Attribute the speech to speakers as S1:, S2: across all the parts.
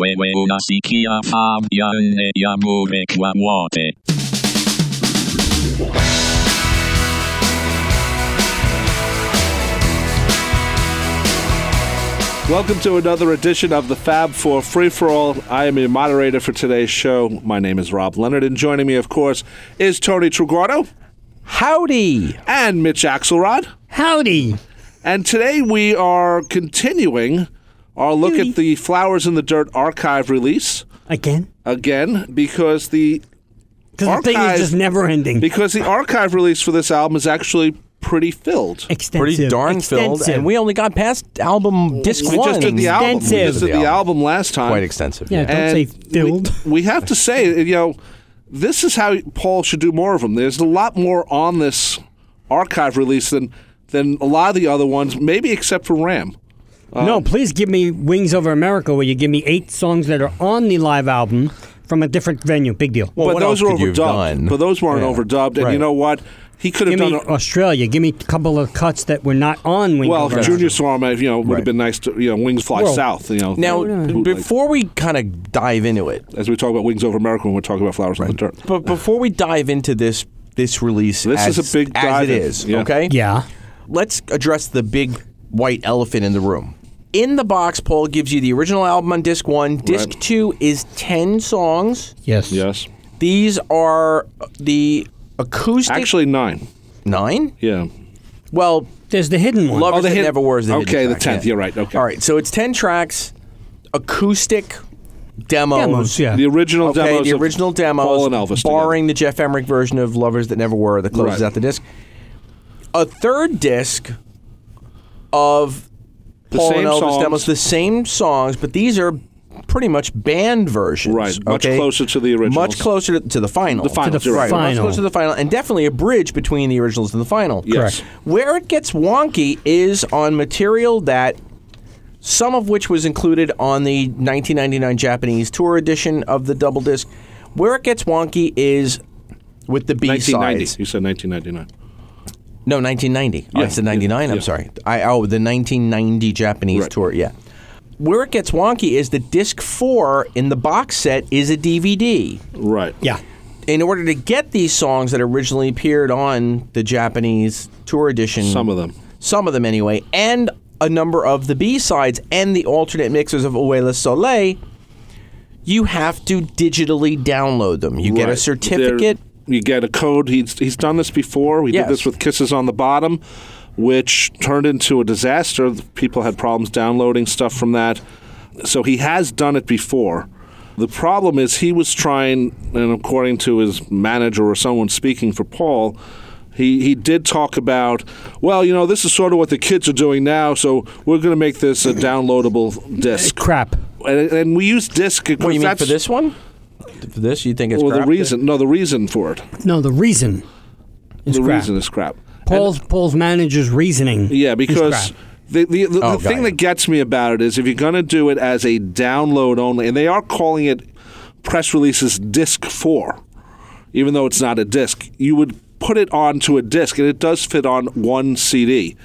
S1: Wewe unasikia fab ya nne ya bure kwa wote.
S2: Welcome to another edition of the Fab Four Free for All. I am your moderator for today's show. My name is Rob Leonard, and joining me, of course, is Tony Trugardo
S3: Howdy.
S2: and Mitch Axelrod.
S3: Howdy.
S2: And today we are continuing our look at the Flowers in the Dirt archive release
S4: Again?
S2: again because the
S4: Because the thing
S2: Archive-
S4: is just never ending.
S2: because the archive release for this album is actually pretty filled.
S4: extensive.
S3: Pretty darn
S4: extensive.
S3: filled. And we only got past album disc
S2: We
S3: one.
S2: just did the album. We just
S4: Extensive.
S2: did the album last time.
S3: Quite extensive.
S4: Yeah,
S3: yeah.
S4: don't
S2: And
S4: say
S2: we-
S4: filled.
S2: We, have to say, you know, this is how Paul should do more of them. There's a lot more on this archive release than than a lot of the other ones, maybe except for Ram.
S4: no,
S2: um,
S4: please give me Wings Over America, where you give me eight songs that are on the live album from a different venue. Big deal.
S3: Well,
S2: but
S3: what
S2: those
S3: else
S2: were
S3: could you
S2: overdubbed.
S3: have done?
S2: But those weren't
S3: Yeah.
S2: overdubbed. And you
S3: Right.
S2: know what? He could have
S4: give me
S2: done. A,
S4: Australia. Give me a couple of cuts that were not on Wings
S2: well,
S4: Over America.
S2: Junior Swarma, you know, would have
S3: Right.
S2: been nice to you know, Wings Fly
S4: Well,
S2: South. You know,
S3: Now,
S2: bootleg.
S3: before we kind of dive into it,
S2: as we talk about Wings over America, when we're talking about Flowers on the Dirt.
S3: but before we dive into this this release,
S2: This
S3: as,
S2: is a big
S3: as
S2: dive
S3: it
S2: in.
S3: is.
S2: Yeah.
S3: Okay.
S4: Yeah.
S3: let's address the big white elephant in the room. In the box, Paul gives you the original album on disc one. Disc
S2: Right.
S3: two is 10 songs.
S4: Yes.
S2: Yes,
S3: These are the acoustic.
S2: actually nine.
S3: nine?
S2: Yeah,
S3: Well,
S4: There's the hidden one.
S3: Lovers
S2: Oh, the
S3: That
S2: hit-
S3: Never Were is the hidden
S2: Okay, the
S3: track,
S2: 10th,
S3: yeah.
S2: you're right, okay.
S3: All right, so it's 10 tracks, acoustic demos.
S4: Demos, yeah.
S2: the original
S3: Okay,
S2: demos.
S3: the
S2: of
S3: original demos,
S2: Paul and Elvis,
S3: barring the Jeff Emmerich version of "Lovers That Never Were" that closes
S2: Right.
S3: out the disc. A third disc of
S2: The
S3: Paul
S2: same
S3: and Elvis
S2: songs.
S3: demos, the same songs, but these are pretty much band versions.
S2: Right, much
S3: okay?
S2: closer to the originals.
S3: Much closer to, to the final.
S2: The finals,
S4: the
S2: you're right.
S4: final.
S3: Much closer to the final, and definitely a bridge between the originals and the final.
S2: Yes.
S4: Correct.
S3: Where it gets wonky is on material that some of which was included on the 1999 Japanese tour edition of the double disc. Where it gets wonky is with the B
S2: 1990.
S3: sides.
S2: You said 1999.
S3: No, 1990. Oh,
S2: Yeah,
S3: I said 99.
S2: yeah,
S3: I'm
S2: yeah.
S3: sorry. I oh the 1990 Japanese
S2: Right.
S3: tour. Yeah. Where it gets wonky is the disc four in the box set is a DVD
S2: Right.
S4: yeah.
S3: in order to get these songs that originally appeared on the Japanese tour edition,
S2: Some of them.
S3: some of them anyway, and a number of the B sides and the alternate mixes of Oela Soleil, you have to digitally download them. You get a
S2: Right.
S3: certificate.
S2: There- you get a code. He's he's done this before. We
S3: Yes.
S2: did this with Kisses on the Bottom, which turned into a disaster. People had problems downloading stuff from that. So he has done it before. The problem is he was trying, and according to his manager or someone speaking for Paul, he, he did talk about, well, you know, this is sort of what the kids are doing now, so we're going to make this a downloadable disc.
S4: Crap.
S2: And, and we use disc because
S3: what do you mean
S2: that's
S3: for this one? For this, you think it's
S2: well, the
S3: crap?
S2: reason. No, the reason for it
S4: No, the reason is
S2: the
S4: crap.
S2: reason is crap.
S4: Paul's Paul's manager's reasoning.
S2: Yeah,
S4: is
S2: because
S4: crap.
S2: the the, the,
S3: Oh,
S2: the thing
S3: got
S2: that
S3: it.
S2: gets me about it is if you're going to do it as a download only, and they are calling it press releases disc four, even though it's not a disc, you would put it onto a disc, and it does fit on one CD.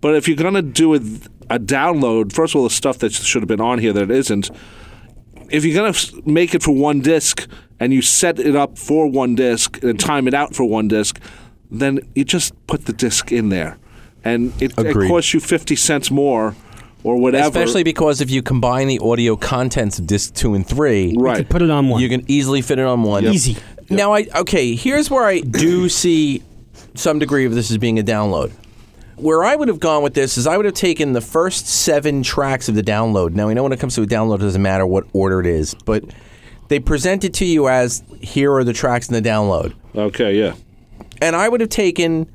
S2: But if you're going to do it a download, first of all, the stuff that should have been on here that isn't. If you're going to make it for one disc and you set it up for one disc and time it out for one disc, then you just put the disc in there. And it, it
S3: Agreed.
S2: costs you 50 cents more or whatever.
S3: Especially because if you combine the audio contents of disc two and three,
S2: right.
S4: Put it on one.
S3: You can easily fit it on one.
S4: Easy.
S3: Now I okay, here's where I do see some degree of this as being a download. Where I would have gone with this is I would have taken the first seven tracks of the download. Now we know when it comes to a download it doesn't matter what order it is, but they present it to you as here are the tracks in the download.
S2: Okay, yeah.
S3: And I would have taken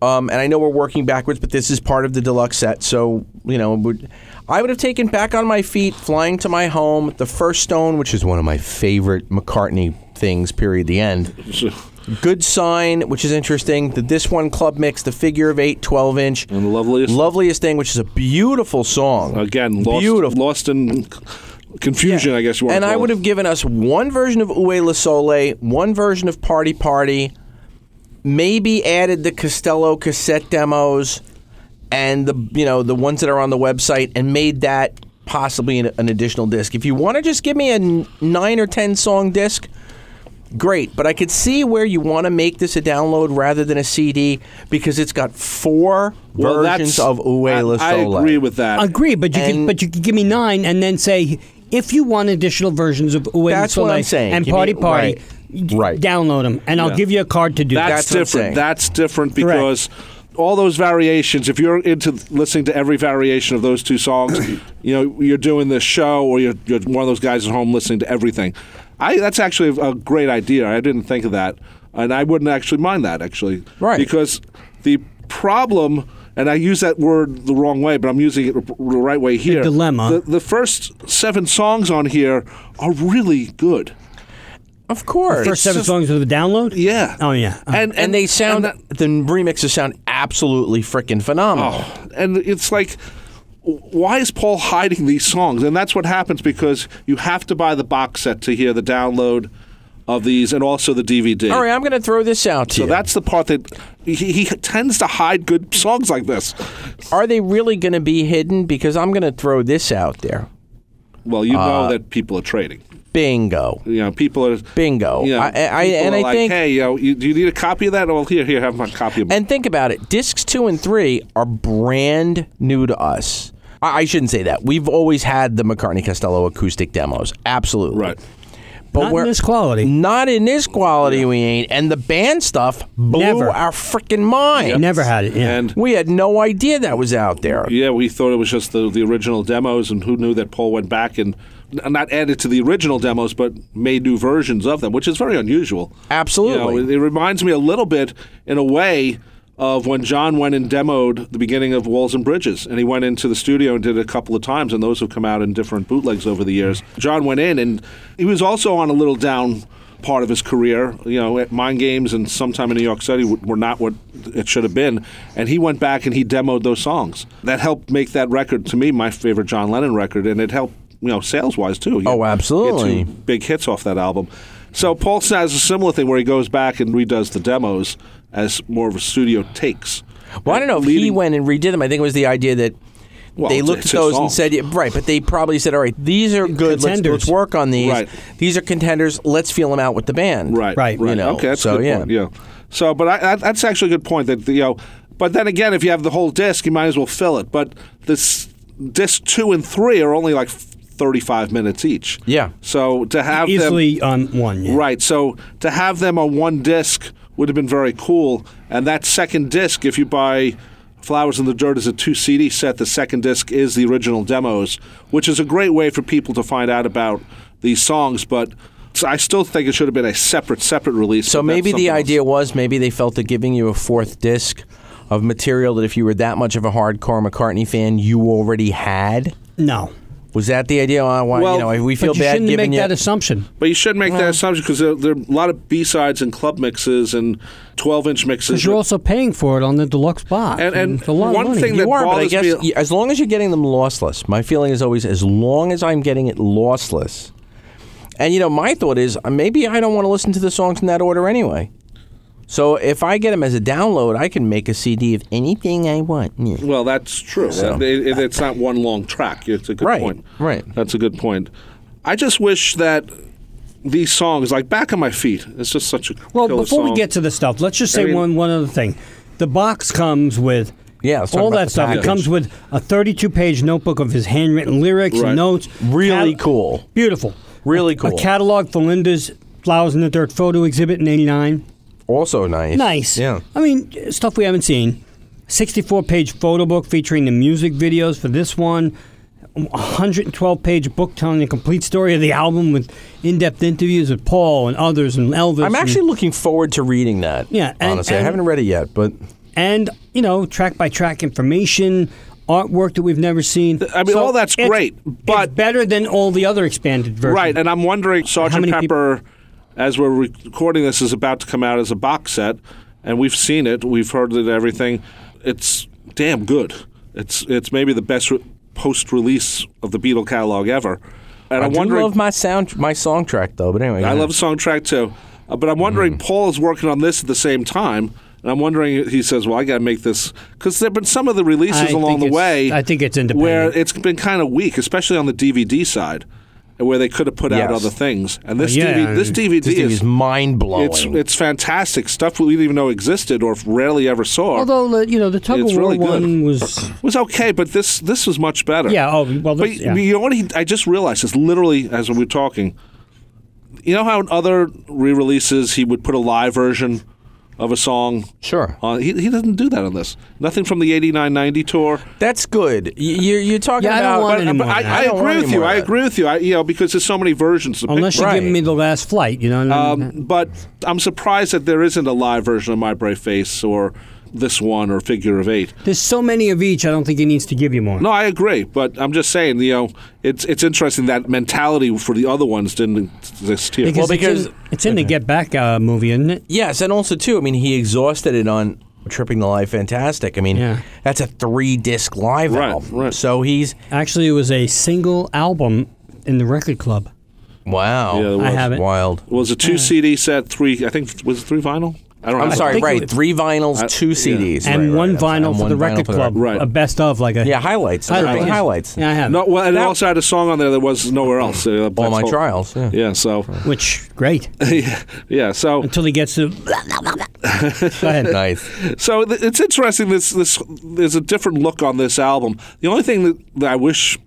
S3: um, and I know we're working backwards, but this is part of the deluxe set, so you know, would, I would have taken "Back on My Feet," "Flying to My Home," "The First Stone," which is one of my favorite McCartney things. Period. The end. Good Sign, which is interesting. The This One Club Mix, the Figure of Eight, 12 inch.
S2: And Loveliest-
S3: Loveliest Thing, which is a beautiful song.
S2: Again, lost,
S3: beautiful.
S2: lost in confusion, I guess you want
S3: And
S2: to call
S3: I would
S2: it.
S3: have given us one version of Ue La Sole, one version of Party Party, maybe added the Costello cassette demos and the you know the ones that are on the website and made that possibly an, an additional disc. If you want to just give me a n- nine or ten song disc, great. But I could see where you want to make this a download rather than a CD because it's got four
S2: Well,
S3: versions
S2: that's-
S3: of Ue La
S2: I, I
S3: Soleil.
S2: agree with that.
S4: Agree, but you
S3: And-
S4: could but you could give me nine and then say if you want additional versions of Uwe
S3: That's what I'm saying.
S4: and
S3: Give
S4: Party
S3: me-
S4: Party,
S3: right.
S4: y-
S3: Right.
S4: download them and I'll
S2: Yeah.
S4: give you a card to do
S2: That's,
S3: That's what I'm saying.
S2: different. That's different
S4: Correct.
S2: because all those variations. If you're into listening to every variation of those two songs, you know you're doing this show, or you're, you're one of those guys at home listening to everything. I that's actually a great idea. I didn't think of that, and I wouldn't actually mind that actually,
S3: Right.
S2: Because the problem. And I use that word the wrong way, but I'm using it the right way here.
S4: dilemma.
S2: The, the first seven songs on here are really good.
S3: Of course.
S4: First seven
S2: just-
S4: songs of the download?
S2: Yeah.
S4: Oh, yeah. Oh.
S2: And,
S3: and they sound
S2: that-
S3: the remixes sound absolutely freaking phenomenal.
S2: and it's like why is paul hiding these songs and that's what happens because you have to buy the box set to hear the download of these and also the dvd
S3: All right, I'm going to throw this out to
S2: so
S3: you.
S2: that's the part that he, he tends to hide good songs like this
S3: Are they really going to be hidden? Because I'm going to throw this out there.
S2: well you
S3: Uh,
S2: know that people are trading
S3: Bingo.
S2: you know people are
S3: Bingo.
S2: you know,
S3: I- I- I-
S2: people
S3: and
S2: are
S3: I
S2: like,
S3: think-
S2: hey you know, you, do you need a copy of that well here here have my copy of it.
S3: And think about it. Discs two and three are brand new to us. I, I shouldn't say that. We've always had the McCartney Costello acoustic demos. Absolutely.
S2: right
S3: But
S4: Not in
S3: we're
S4: this quality.
S3: Not in this quality we ain't. And the band stuff blew
S4: Never.
S3: our freaking mind.
S4: Never had it. Yeah.
S2: and
S3: We had no idea that was out there.
S2: Yeah, we thought it was just the, the original demos, and who knew that Paul went back and n- not added to the original demos, but made new versions of them, which is very unusual. You know,
S3: Absolutely.
S2: it, it reminds me a little bit, in a way, of when John went and demoed the beginning of Walls and Bridges, and he went into the studio and did it a couple of times, and those have come out in different bootlegs over the years. John went in, and he was also on a little down part of his career. You know, at Mind Games and sometime in New York City w- were not what it should have been, and he went back and he demoed those songs. That helped make that record, to me, my favorite John Lennon record, and it helped, you know, sales-wise, too. You
S3: Oh,
S2: get two
S3: absolutely.
S2: big hits off that album. So Paul has a similar thing where he goes back and redoes the demos as more of a studio takes.
S3: Well, I don't know if he
S2: Leading-
S3: went and redid them. I think it was the idea that
S2: Well,
S3: they
S2: it's-
S3: looked
S2: it's
S3: at
S2: his
S3: those and
S2: song.
S3: said, yeah, right, but they probably said, all right, these are good. Let's,
S4: Contenders.
S3: let's work on these.
S2: Right.
S3: These are contenders. Let's feel them out with the band.
S2: Right,
S4: Right.
S3: You know,
S2: okay, that's
S3: so,
S2: a good
S3: yeah.
S2: point. Yeah. So, but I, I, that's actually a good point that you know. But then again, if you have the whole disc, you might as well fill it. But this disc two and three are only like thirty-five minutes each.
S3: Yeah.
S2: So to have them,
S4: Easily on one. Yeah.
S2: Right. So to have them on one disc would have been very cool. And that second disc, if you buy Flowers in the Dirt as a two CD set, the second disc is the original demos, which is a great way for people to find out about these songs. But I still think it should have been a separate, separate release.
S3: So
S2: but that's
S3: maybe the
S2: something else.
S3: idea was maybe they felt that giving you a fourth disc of material that if you were that much of a hardcore McCartney fan, you already had.
S4: No.
S3: Was that the idea? Uh, why,
S2: Well,
S3: you know, we feel
S4: but you
S3: bad
S4: shouldn't
S3: giving
S4: make
S3: you.
S4: that assumption.
S2: But you should make that assumption because there, there are a lot of B sides and club mixes and 12 inch mixes.
S4: Because you're also paying for it on the deluxe box.
S2: And- and
S4: it's a lot of
S2: one
S4: money.
S2: thing that-
S3: you are, but I
S2: bothers
S3: guess
S2: me-
S3: y- as long as you're getting them lossless, my feeling is always as long as I'm getting it lossless. And you know, my thought is uh, maybe I don't want to listen to the songs in that order anyway. So if I get them as a download, I can make a CD of anything I want. Yeah.
S2: Well, that's true.
S3: So-
S2: It- it- it's not one long track. It's a good
S3: Right,
S2: point.
S3: right.
S2: That's a good point. I just wish that these songs, like "Back on My Feet," it's just such a
S4: Well,
S2: killer
S4: before we
S2: song.
S4: get to the stuff, let's just say
S2: I mean-
S4: one one other thing. The box comes with
S3: Yeah, let's talk
S4: all
S3: about
S4: that
S3: the
S4: stuff.
S3: package.
S4: It comes with a 32 page notebook of his handwritten lyrics
S2: Right.
S4: and notes.
S3: Really
S4: Cat-
S3: cool.
S4: Beautiful.
S3: Really
S4: A
S3: cool.
S4: catalog for Linda's Flowers in the Dirt photo exhibit in 89.
S3: Also nice.
S4: Nice.
S3: Yeah.
S4: I mean, stuff we haven't seen. 64 page photo book featuring the music videos for this one. 112 page book telling the complete story of the album with in depth interviews with Paul and others and Elvis.
S3: I'm
S4: and-
S3: actually looking forward to reading that.
S4: Yeah, and-
S3: honestly, I
S4: and-
S3: haven't read it yet, but
S4: and you know track by track information artwork that we've never seen
S2: I mean, all that's
S4: it's-
S2: great, but-
S4: it's better than all the other expanded versions
S2: right, and I'm wondering, Sergeant
S4: many people-
S2: Pepper, as we're recording this, is about to come out as a box set, and we've seen it, we've heard it, everything. It's damn good. It's it's maybe the best re- post-release of the Beatle catalog ever. And
S3: I
S2: I'm
S3: do
S2: wondering,
S3: love my sound, my song track though. But anyway,
S4: Mm-hmm.
S2: I love the song track too. Uh, but I'm wondering, Paul is working on this at the same time. And I'm wondering, he says, well, I got to make this because there have been some of the releases
S4: I
S2: along
S4: think
S2: the
S4: it's-
S2: way.
S4: I think it's
S2: Where
S4: independent.
S2: it's been kind of weak, especially on the DVD side, where they could have put out
S3: Yes.
S2: other things. And this,
S4: Well, Uh, yeah,
S2: DVD, this
S4: and
S2: DVD
S3: This thing
S2: is
S3: is mind blowing.
S2: it's it's fantastic stuff we didn't even know existed or rarely ever saw.
S4: Although the- you know the tug
S2: It's
S4: of war
S2: really good.
S4: one was
S2: it was okay, but this this was much better.
S4: yeah oh well
S2: but
S4: this, yeah.
S2: you know what? He, I just realized this literally as we were talking. You know how in other re-releases he would put a live version of a song.
S3: Sure.
S2: on- he, he doesn't do that on this. Nothing from the 89-90 tour.
S3: That's good. Y- You're, you're talking
S4: Oh, Yeah, I don't
S3: about.
S4: want
S2: But,
S4: any
S2: but
S4: more
S2: I,
S4: of that.
S2: I
S3: I don't
S2: agree
S3: want
S2: with
S3: any
S2: you.
S3: more of
S2: I
S3: that.
S2: agree with you. I, you know because there's so many versions. To pick
S4: unless you're
S3: Right.
S4: giving me the last flight you know and then-
S2: Um, but I'm surprised that there isn't a live version of My Brave Face or this one or Figure of Eight.
S4: there's so many of each I don't think he needs to give you more
S2: No, I agree, but I'm just saying, you know, it's it's interesting that mentality for the other ones didn't exist here.
S4: because,
S3: Well, because-
S4: it's in, it's in the Get Back uh, movie isn't it
S3: Yes, and also too. I mean, he exhausted it on Tripping the Life Fantastic. I mean,
S4: Yeah.
S3: that's a three disc live
S2: Right,
S3: album.
S2: right.
S3: So he's
S4: actually it was a single album in the record club
S3: wow.
S2: Yeah, it
S4: I
S2: was.
S4: have it
S3: Wild.
S2: It was a two CD set, three. I think was it three vinyl. I don't.
S3: I'm
S2: know.
S3: sorry.
S4: think it
S3: Right,
S4: was-
S3: three vinyls, two CDs, right,
S4: and
S3: right,
S4: one
S3: I'm sorry,
S4: vinyl
S3: and
S4: for
S3: one
S4: the
S3: vinyl
S4: record
S3: for
S4: club
S2: Right.
S4: a best of like a
S3: Yeah, highlights.
S4: highlights,
S3: Highlights.
S4: yeah.
S3: highlights.
S4: yeah I have
S2: No, well, and it
S3: That-
S2: also had a song on there that was nowhere else. Uh,
S3: All
S2: Black
S3: my
S2: Hole.
S3: trials. Yeah.
S2: Yeah. So.
S4: which great
S2: Yeah. So.
S4: until he gets to go ahead
S3: Nice.
S2: So th- it's interesting. This this there's a different look on this album. The only thing that, that I wish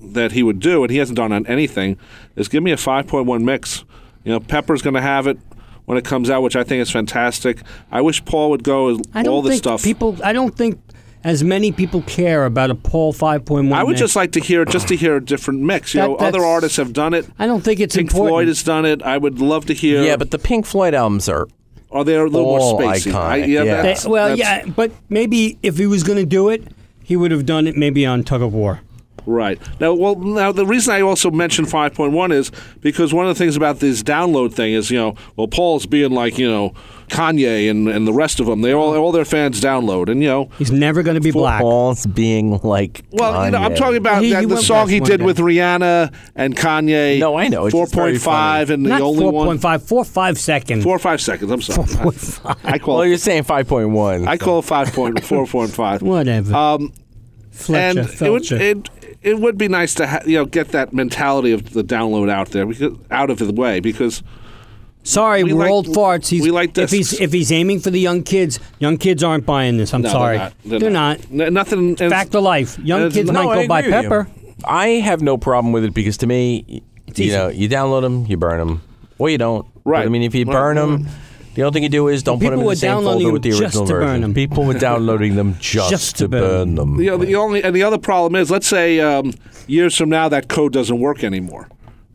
S2: that he would do, and he hasn't done on anything, is give me a 5.1 mix. You know, Pepper's going to have it when it comes out, which I think is fantastic. I wish Paul would go with
S4: I don't
S2: all this
S4: think
S2: stuff.
S4: people I don't think as many people care about a Paul 5.1
S2: I would
S4: mix.
S2: just like to hear just to hear a different mix. You
S4: That-
S2: know, other
S4: that's-
S2: artists have done it.
S4: I don't think it's
S2: Pink
S4: important
S2: Floyd has done it. I would love to hear.
S3: Yeah, but the Pink Floyd albums are.
S2: are they a little more
S3: all
S2: spacey? I-
S3: iconic, yeah.
S4: They-
S2: that's-
S4: well,
S2: that's-
S4: yeah, but maybe if he was going to do it, he would have done it maybe on Tug of War.
S2: Right. Now, well, now the reason I also mentioned 5.1 is because one of the things about this download thing is, you know, well, Paul's being like, you know, Kanye and, and the rest of them. They all all their fans download, and you know,
S4: He's never going to be black.
S3: Paul's being like.
S2: well, you know, I'm
S3: Kanye.
S2: talking about
S4: He- he
S2: that, the
S4: went
S2: song he
S4: past
S2: did
S4: one
S2: with Rihanna and Kanye.
S3: No, I know. It's
S2: Four
S3: just very
S2: point five and
S4: Not
S2: the only one.
S4: 4.5, 4, 5 seconds.
S2: Four or five seconds. I'm sorry. I, I call.
S3: Well, you're saying 5.1.
S2: I call five point four point five.
S4: Whatever.
S2: Um,
S4: Fletcher,
S2: and it would
S4: Felcher.
S2: it, it would be nice to ha- you know get that mentality of the download out there because out of the way because
S4: sorry,
S2: we
S4: we are
S2: like-
S4: old farts. He's,
S2: we like
S4: if he's
S2: discs.
S4: if he's aiming for the young kids, young kids aren't buying this. I'm
S2: No,
S4: sorry,
S2: they're not. They're not. N- nothing. and it's-
S4: Back to life. Young
S2: it's-
S4: kids
S2: no,
S4: might
S3: I
S4: go buy
S3: agree with you.
S4: Pepper.
S3: I have no problem with it because to me, y- you
S4: easy.
S3: know, you download them, you burn them, or you don't. But
S2: Right.
S3: I mean, if you
S2: Right,
S3: burn them, the only thing you do is don't put them
S4: people
S3: in
S4: were
S3: the same
S4: downloading
S3: folder with the
S4: them
S3: original
S4: just to burn
S3: version.
S4: them.
S3: People were downloading them just,
S4: Just to
S3: to burn,
S4: burn
S3: them.
S2: You know, the only and the other problem is, let's say um, years from now that code doesn't work anymore.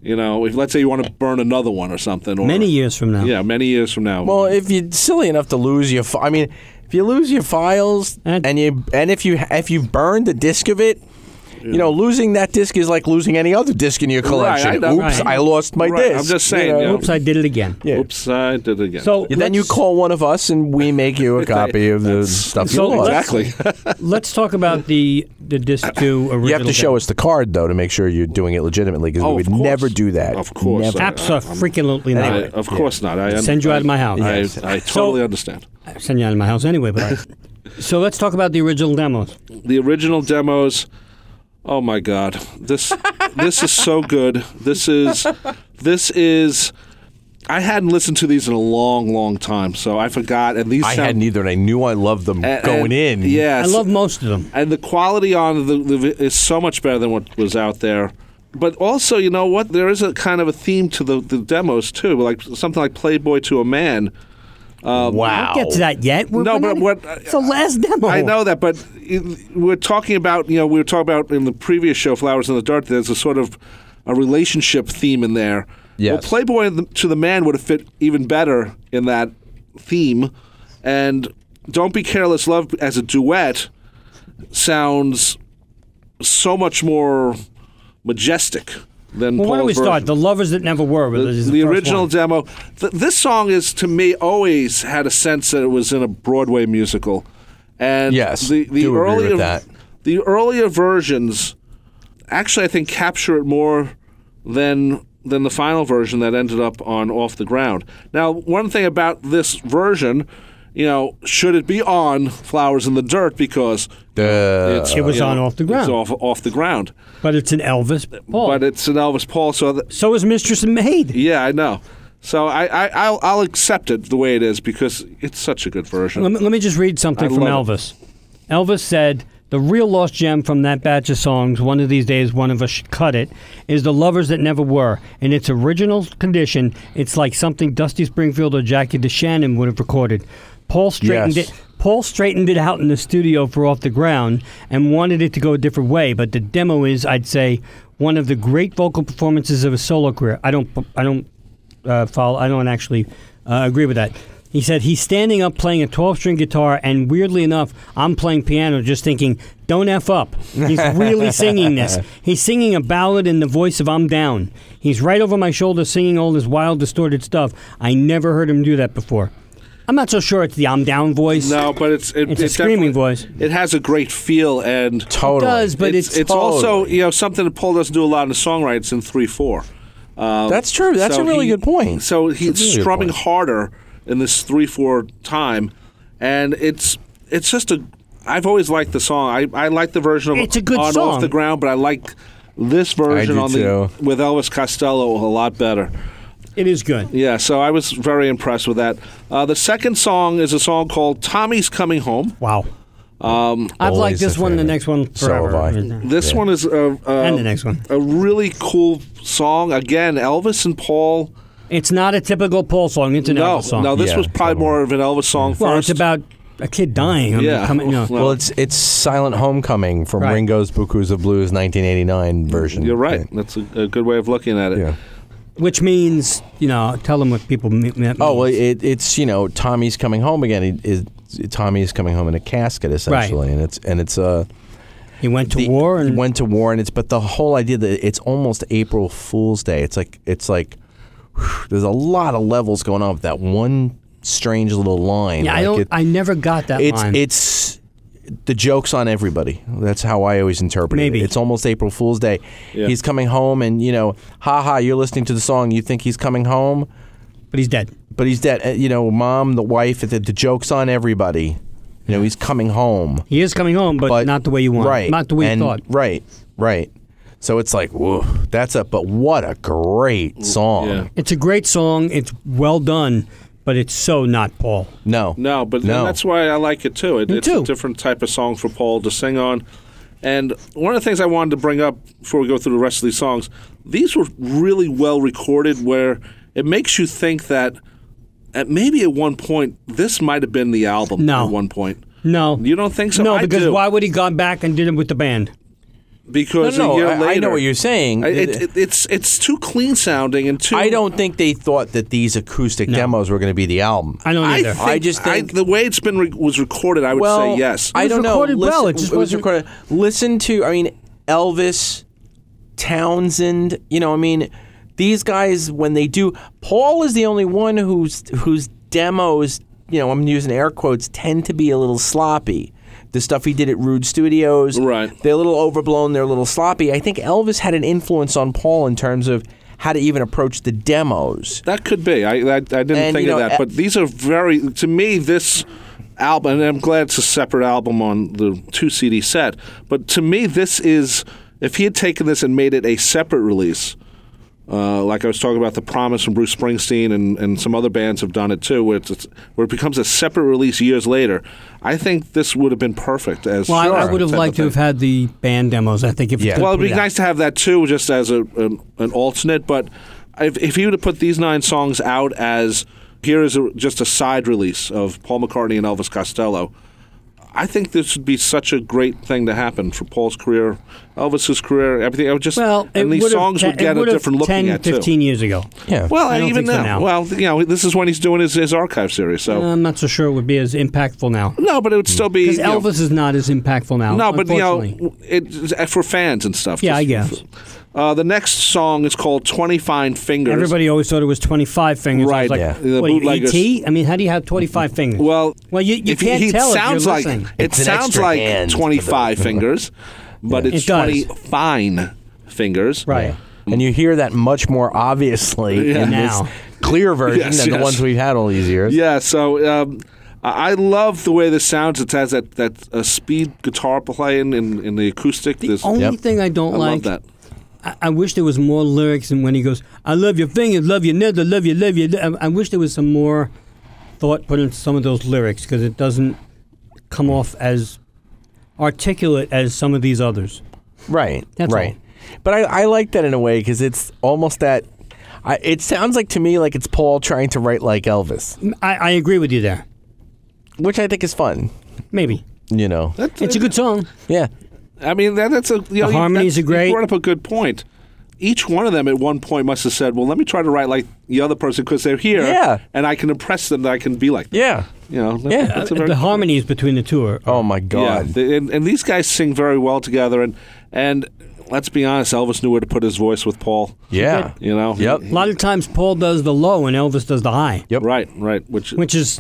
S2: You know, if let's say you want to burn another one or something. Or,
S4: Many years from now.
S2: Yeah, many years from now.
S3: Well, if you're silly enough to lose your, fi- I mean, if you lose your files
S4: And-
S3: and, you and if you if you've burned the disk of it. You know, losing that disc is like losing any other disc in your
S2: Right, I
S3: collection.
S2: know.
S3: Oops,
S4: Right.
S3: I lost my
S2: Right, I'm
S3: disc.
S2: just saying,
S3: You
S2: yeah.
S4: Oops, I did it again.
S3: Yeah.
S2: Oops, I did it again.
S4: So
S3: Then you
S4: let's-
S3: call one of us, and we make you a copy of the stuff
S4: so
S3: you lost.
S4: let's-
S2: exactly.
S4: Let's talk about the the disc two original.
S3: You have to show
S4: download.
S3: us the card though to make sure you're doing it legitimately because
S2: Oh,
S3: we
S2: of
S3: would
S2: course.
S3: never do that.
S2: Of course.
S3: Never.
S2: I-
S4: Abso-freaking-lutely
S2: I-
S4: not.
S2: of course not. I un-
S4: Send you out of my house.
S2: I,
S4: Yes.
S2: I totally understand.
S4: send you out of my house anyway. But so let's talk about the original demos.
S2: The original demos. Oh my God, this this is so good. This is this is. I hadn't listened to these in a long, long time, so I forgot. And these
S3: I
S2: sound,
S3: hadn't either, and I knew I loved them
S2: and-
S3: going in.
S2: and- Yeah,
S4: I love most of them.
S2: and the quality on the, the vi- is so much better than what was out there. But also, you know what? There is a kind of a theme to the, the demos too, like something like "Playboy to a Man."
S3: wow.
S4: Get to that yet? We're,
S2: No,
S4: we're
S2: but
S4: not-
S2: what-
S4: It's the last demo.
S2: I know that, but it- we're talking about you know we were talking about in the previous show, "Flowers in the Dirt." There's a sort of a relationship theme in there.
S3: Yes.
S2: Well, "Playboy and the- to the Man" would have fit even better in that theme, and "Don't Be Careless, Love" as a duet sounds so much more majestic than
S4: Well, why don't
S2: Paul's
S4: we
S2: version.
S4: start? The lovers that never were.
S2: The,
S4: is
S2: the
S4: first
S2: original
S4: one.
S2: demo. Th- this song is to me always had a sense that it was in a Broadway musical, and
S3: Yes,
S2: the the
S3: do agree
S2: earlier
S3: with that.
S2: the earlier versions actually I think capture it more than than the final version that ended up on Off the Ground. Now, one thing about this version you know, should it be on Flowers in the Dirt because
S3: Duh.
S2: it's
S4: It was
S2: you
S4: on off the ground.
S2: It's off off the ground,
S4: But it's an Elvis Paul.
S2: but it's an Elvis Paul. So th-
S4: so is Mistress and Maid.
S2: yeah, I know. So I, I I'll, I'll accept it the way it is because it's such a good version.
S4: Let me, let me just read something
S2: I
S4: from
S2: love it.
S4: Elvis. Elvis said, The real lost gem from that batch of songs, One of These Days, One of Us Should Cut It, is The Lovers That Never Were. In its original condition, it's like something Dusty Springfield or Jackie DeShannon would have recorded. Paul straightened
S3: Yes.
S4: it. Paul straightened it out in the studio for Off the Ground and wanted it to go a different way, but the demo is, I'd say, one of the great vocal performances of his solo career. I don't, I don't uh, follow. I don't actually uh, agree with that. He said he's standing up playing a 12 string guitar, and weirdly enough, I'm playing piano just thinking, don't F up. He's really singing this. He's singing a ballad in the voice of I'm Down. He's right over my shoulder singing all this wild, distorted stuff. I never heard him do that before. I'm not so sure it's the I'm Down voice.
S2: no, but it's it,
S4: It's a
S2: it
S4: screaming
S2: definitely-
S4: voice.
S2: It has a great feel and
S3: totally.
S4: does, but
S2: it's,
S4: it's-
S2: it's also you know something that Paul doesn't do a lot in the songwriting. It's in three four. Um,
S3: That's true. That's
S2: so
S3: a really
S2: he-
S3: good point.
S2: So he's
S3: That's a really good
S2: strumming
S3: point.
S2: harder in this three four time, and it's it's just a. I've always liked the song. I, I like the version of
S4: It's a good
S2: on
S4: song.
S2: off the ground, but I like this version
S3: do
S2: on
S3: too.
S2: the with Elvis Costello a lot better.
S4: It is good.
S2: Yeah, so I was very impressed with that. Uh, the second song is a song called "Tommy's Coming Home."
S4: Wow. Um, I've
S3: Always
S4: liked this
S3: a
S4: one, and the
S3: favorite.
S4: next one
S3: So have
S4: forever.
S3: I.
S2: This one is a, a
S4: And the next one.
S2: a really cool song. Again, Elvis and Paul.
S4: It's not a typical Paul song. It's an
S2: no,
S4: Elvis song.
S2: no, this
S3: Yeah,
S2: was probably
S3: totally.
S2: more of an Elvis song
S4: Well,
S2: first.
S4: it's about a kid dying. I mean,
S2: Yeah.
S4: coming- no.
S3: Well, it's it's Silent Homecoming from
S4: Right.
S3: Ringo's Bukus of Blues 1989 version.
S2: You're right. That's a, a good way of looking at it.
S3: Yeah.
S4: which means, you know, tell them what people mean.
S3: Oh well, it, it's you know Tommy's coming home again. He, is Tommy is coming home in a casket essentially, and it's and it's uh
S4: he went to
S3: the-
S4: war and
S3: went to war, and it's but the whole idea that it's almost April Fool's Day. It's like it's like whew, there's a lot of levels going on with that one strange little line.
S4: Yeah, I
S3: Like,
S4: don't.
S3: it-
S4: I never got that
S3: it's
S4: line.
S3: it's the joke's on everybody. That's how I always interpret
S4: Maybe.
S3: it. It's almost April Fool's Day.
S2: Yeah.
S3: He's coming home, and you know, ha ha, you're listening to the song. You think he's coming home,
S4: but he's dead.
S3: but he's dead. Uh, You know, mom, the wife, the, the joke's on everybody. You know, he's coming home,
S4: He is coming home, but,
S3: but
S4: not the way you want.
S3: Right,
S4: Not the way
S3: and-
S4: you thought.
S3: Right, right. So it's like, whoa, that's a. But what a great song.
S2: Yeah.
S4: It's a great song. It's well done, but it's so not Paul.
S3: No,
S2: No, but
S3: No.
S2: that's why I like it too. It,
S4: Me
S2: it's
S4: too.
S2: a different type of song for Paul to sing on. And one of the things I wanted to bring up before we go through the rest of these songs, these were really well recorded where it makes you think that at maybe at one point this might have been the album
S4: No.
S2: at one point.
S4: No,
S2: You don't think so?
S4: No,
S2: I
S4: because
S2: do.
S4: why would he gone back and did it with the band?
S3: no,
S2: Because a
S3: no.
S2: year
S3: I,
S2: later
S3: I know what you're saying.
S2: I- it, it, it's it's too clean sounding and too.
S3: I don't think they thought that these acoustic demos were going to be the album.
S4: I don't
S2: I,
S4: either.
S2: think,
S3: I just think-
S2: the way it's been re- was recorded, I would say yes.
S3: I
S4: was
S3: don't know.
S4: recorded well, it just
S3: was
S4: wasn't-
S3: recorded. Listen to, I mean, Elvis, Townsend. You know, I mean, these guys when they do, Paul is the only one whose whose demos, you know, I'm using air quotes, tend to be a little sloppy. The stuff he did at Rude Studios,
S2: Right.
S3: They're a little overblown. They're a little sloppy. I think Elvis had an influence on Paul in terms of how to even approach the demos.
S2: that could be. I I, I didn't
S3: And,
S2: think
S3: you
S2: of
S3: know,
S2: that,
S3: a-
S2: but these are very to me this album. And I'm glad it's a separate album on the two CD set. But to me, this is if he had taken this and made it a separate release. Uh, like I was talking about, the promise from Bruce Springsteen and, and some other bands have done it too, where, it's, where it becomes a separate release years later. I think this would have been perfect as
S4: well, I- I,
S2: Sure.
S4: would have
S2: type
S4: liked
S2: of
S4: to have
S2: thing.
S4: had the band demos. I think if it's
S3: Yeah.
S4: gonna
S2: Well, it'd
S4: put
S2: be
S4: it out.
S2: nice to have that too, just as a, an, an alternate. But if, if he would have put these nine songs out as here is a, just a side release of Paul McCartney and Elvis Costello, I think this would be such a great thing to happen for Paul's career, Elvis's career, everything. I would just
S4: Well, it
S2: and these
S4: would've
S2: songs
S4: te-
S2: would
S4: it
S2: get a
S4: would've
S2: different looking
S4: 10,
S2: at
S4: 15
S2: too.
S4: years ago.
S3: Yeah.
S2: Well,
S4: I
S2: and
S4: don't
S2: even
S4: think so
S2: now.
S4: now.
S2: well, you know, this is when he's doing his, his archive series. So
S4: I'm not so sure it would be as impactful now.
S2: no, but it would still be
S4: Because
S2: you know,
S4: Elvis is not as impactful now.
S2: No, but you know,
S4: unfortunately.
S2: it, it's for fans and stuff. just-
S4: Yeah, I guess.
S2: Uh, the next song is called 20 Fine Fingers.
S4: Everybody always thought it was 25 fingers. I
S2: Right,
S4: was like,
S2: yeah. The
S4: what, are you,
S2: bootleggers-
S4: ET? I mean, how do you have 25 fingers?
S2: Well,
S4: well you, you
S2: if he-
S4: can't
S2: he
S4: tell
S2: sounds
S4: if you're
S2: like
S4: listening.
S2: it
S3: It's an
S2: sounds
S3: extra
S2: like
S3: hand for the-
S2: 25 fingers, but it's
S4: It
S2: 20
S4: does.
S2: fine fingers.
S4: Right.
S3: And you hear that much more obviously
S2: Yeah.
S3: in
S4: Now.
S3: this clear version
S2: Yes,
S3: than the
S2: yes.
S3: ones we've had all these years.
S2: Yeah, so um, I I love the way this sounds. It has that that uh, speed guitar playing in, in the acoustic.
S4: The
S2: There's-
S4: only
S3: Yep.
S4: thing I don't
S2: I
S4: like,
S2: love that.
S4: I, I wish there was more lyrics. And when he goes, "I love your fingers, love your nether, love your, love your," I, I wish there was some more thought put into some of those lyrics because it doesn't come off as articulate as some of these others.
S3: Right.
S4: That's
S3: right.
S4: all.
S3: But I, I like that in a way because it's almost that. I, it sounds like to me like it's Paul trying to write like Elvis,
S4: I, I agree with you there.
S3: which I think is fun.
S4: Maybe
S3: You know.
S2: That's-
S4: it's a good song.
S3: Yeah.
S2: I mean, that, that's a you know, you-
S4: harmonies
S2: that's-
S4: are great.
S2: You brought up a good point. Each one of them at one point must have said, "Well, let me try to write like the other person because they're here,
S3: Yeah.
S2: and I can impress them that I can be like them."
S3: Yeah.
S2: You know, that-
S3: Yeah.
S2: that's a very
S4: The harmonies between the two are.
S3: Oh my God.
S2: Yeah, they- and, and these guys sing very well together, and and let's be honest, Elvis knew where to put his voice with Paul.
S3: Yeah.
S2: You know.
S3: Yep.
S4: A lot of times, Paul does the low and Elvis does the high,
S3: Yep.
S2: Right. Right. Which
S4: which is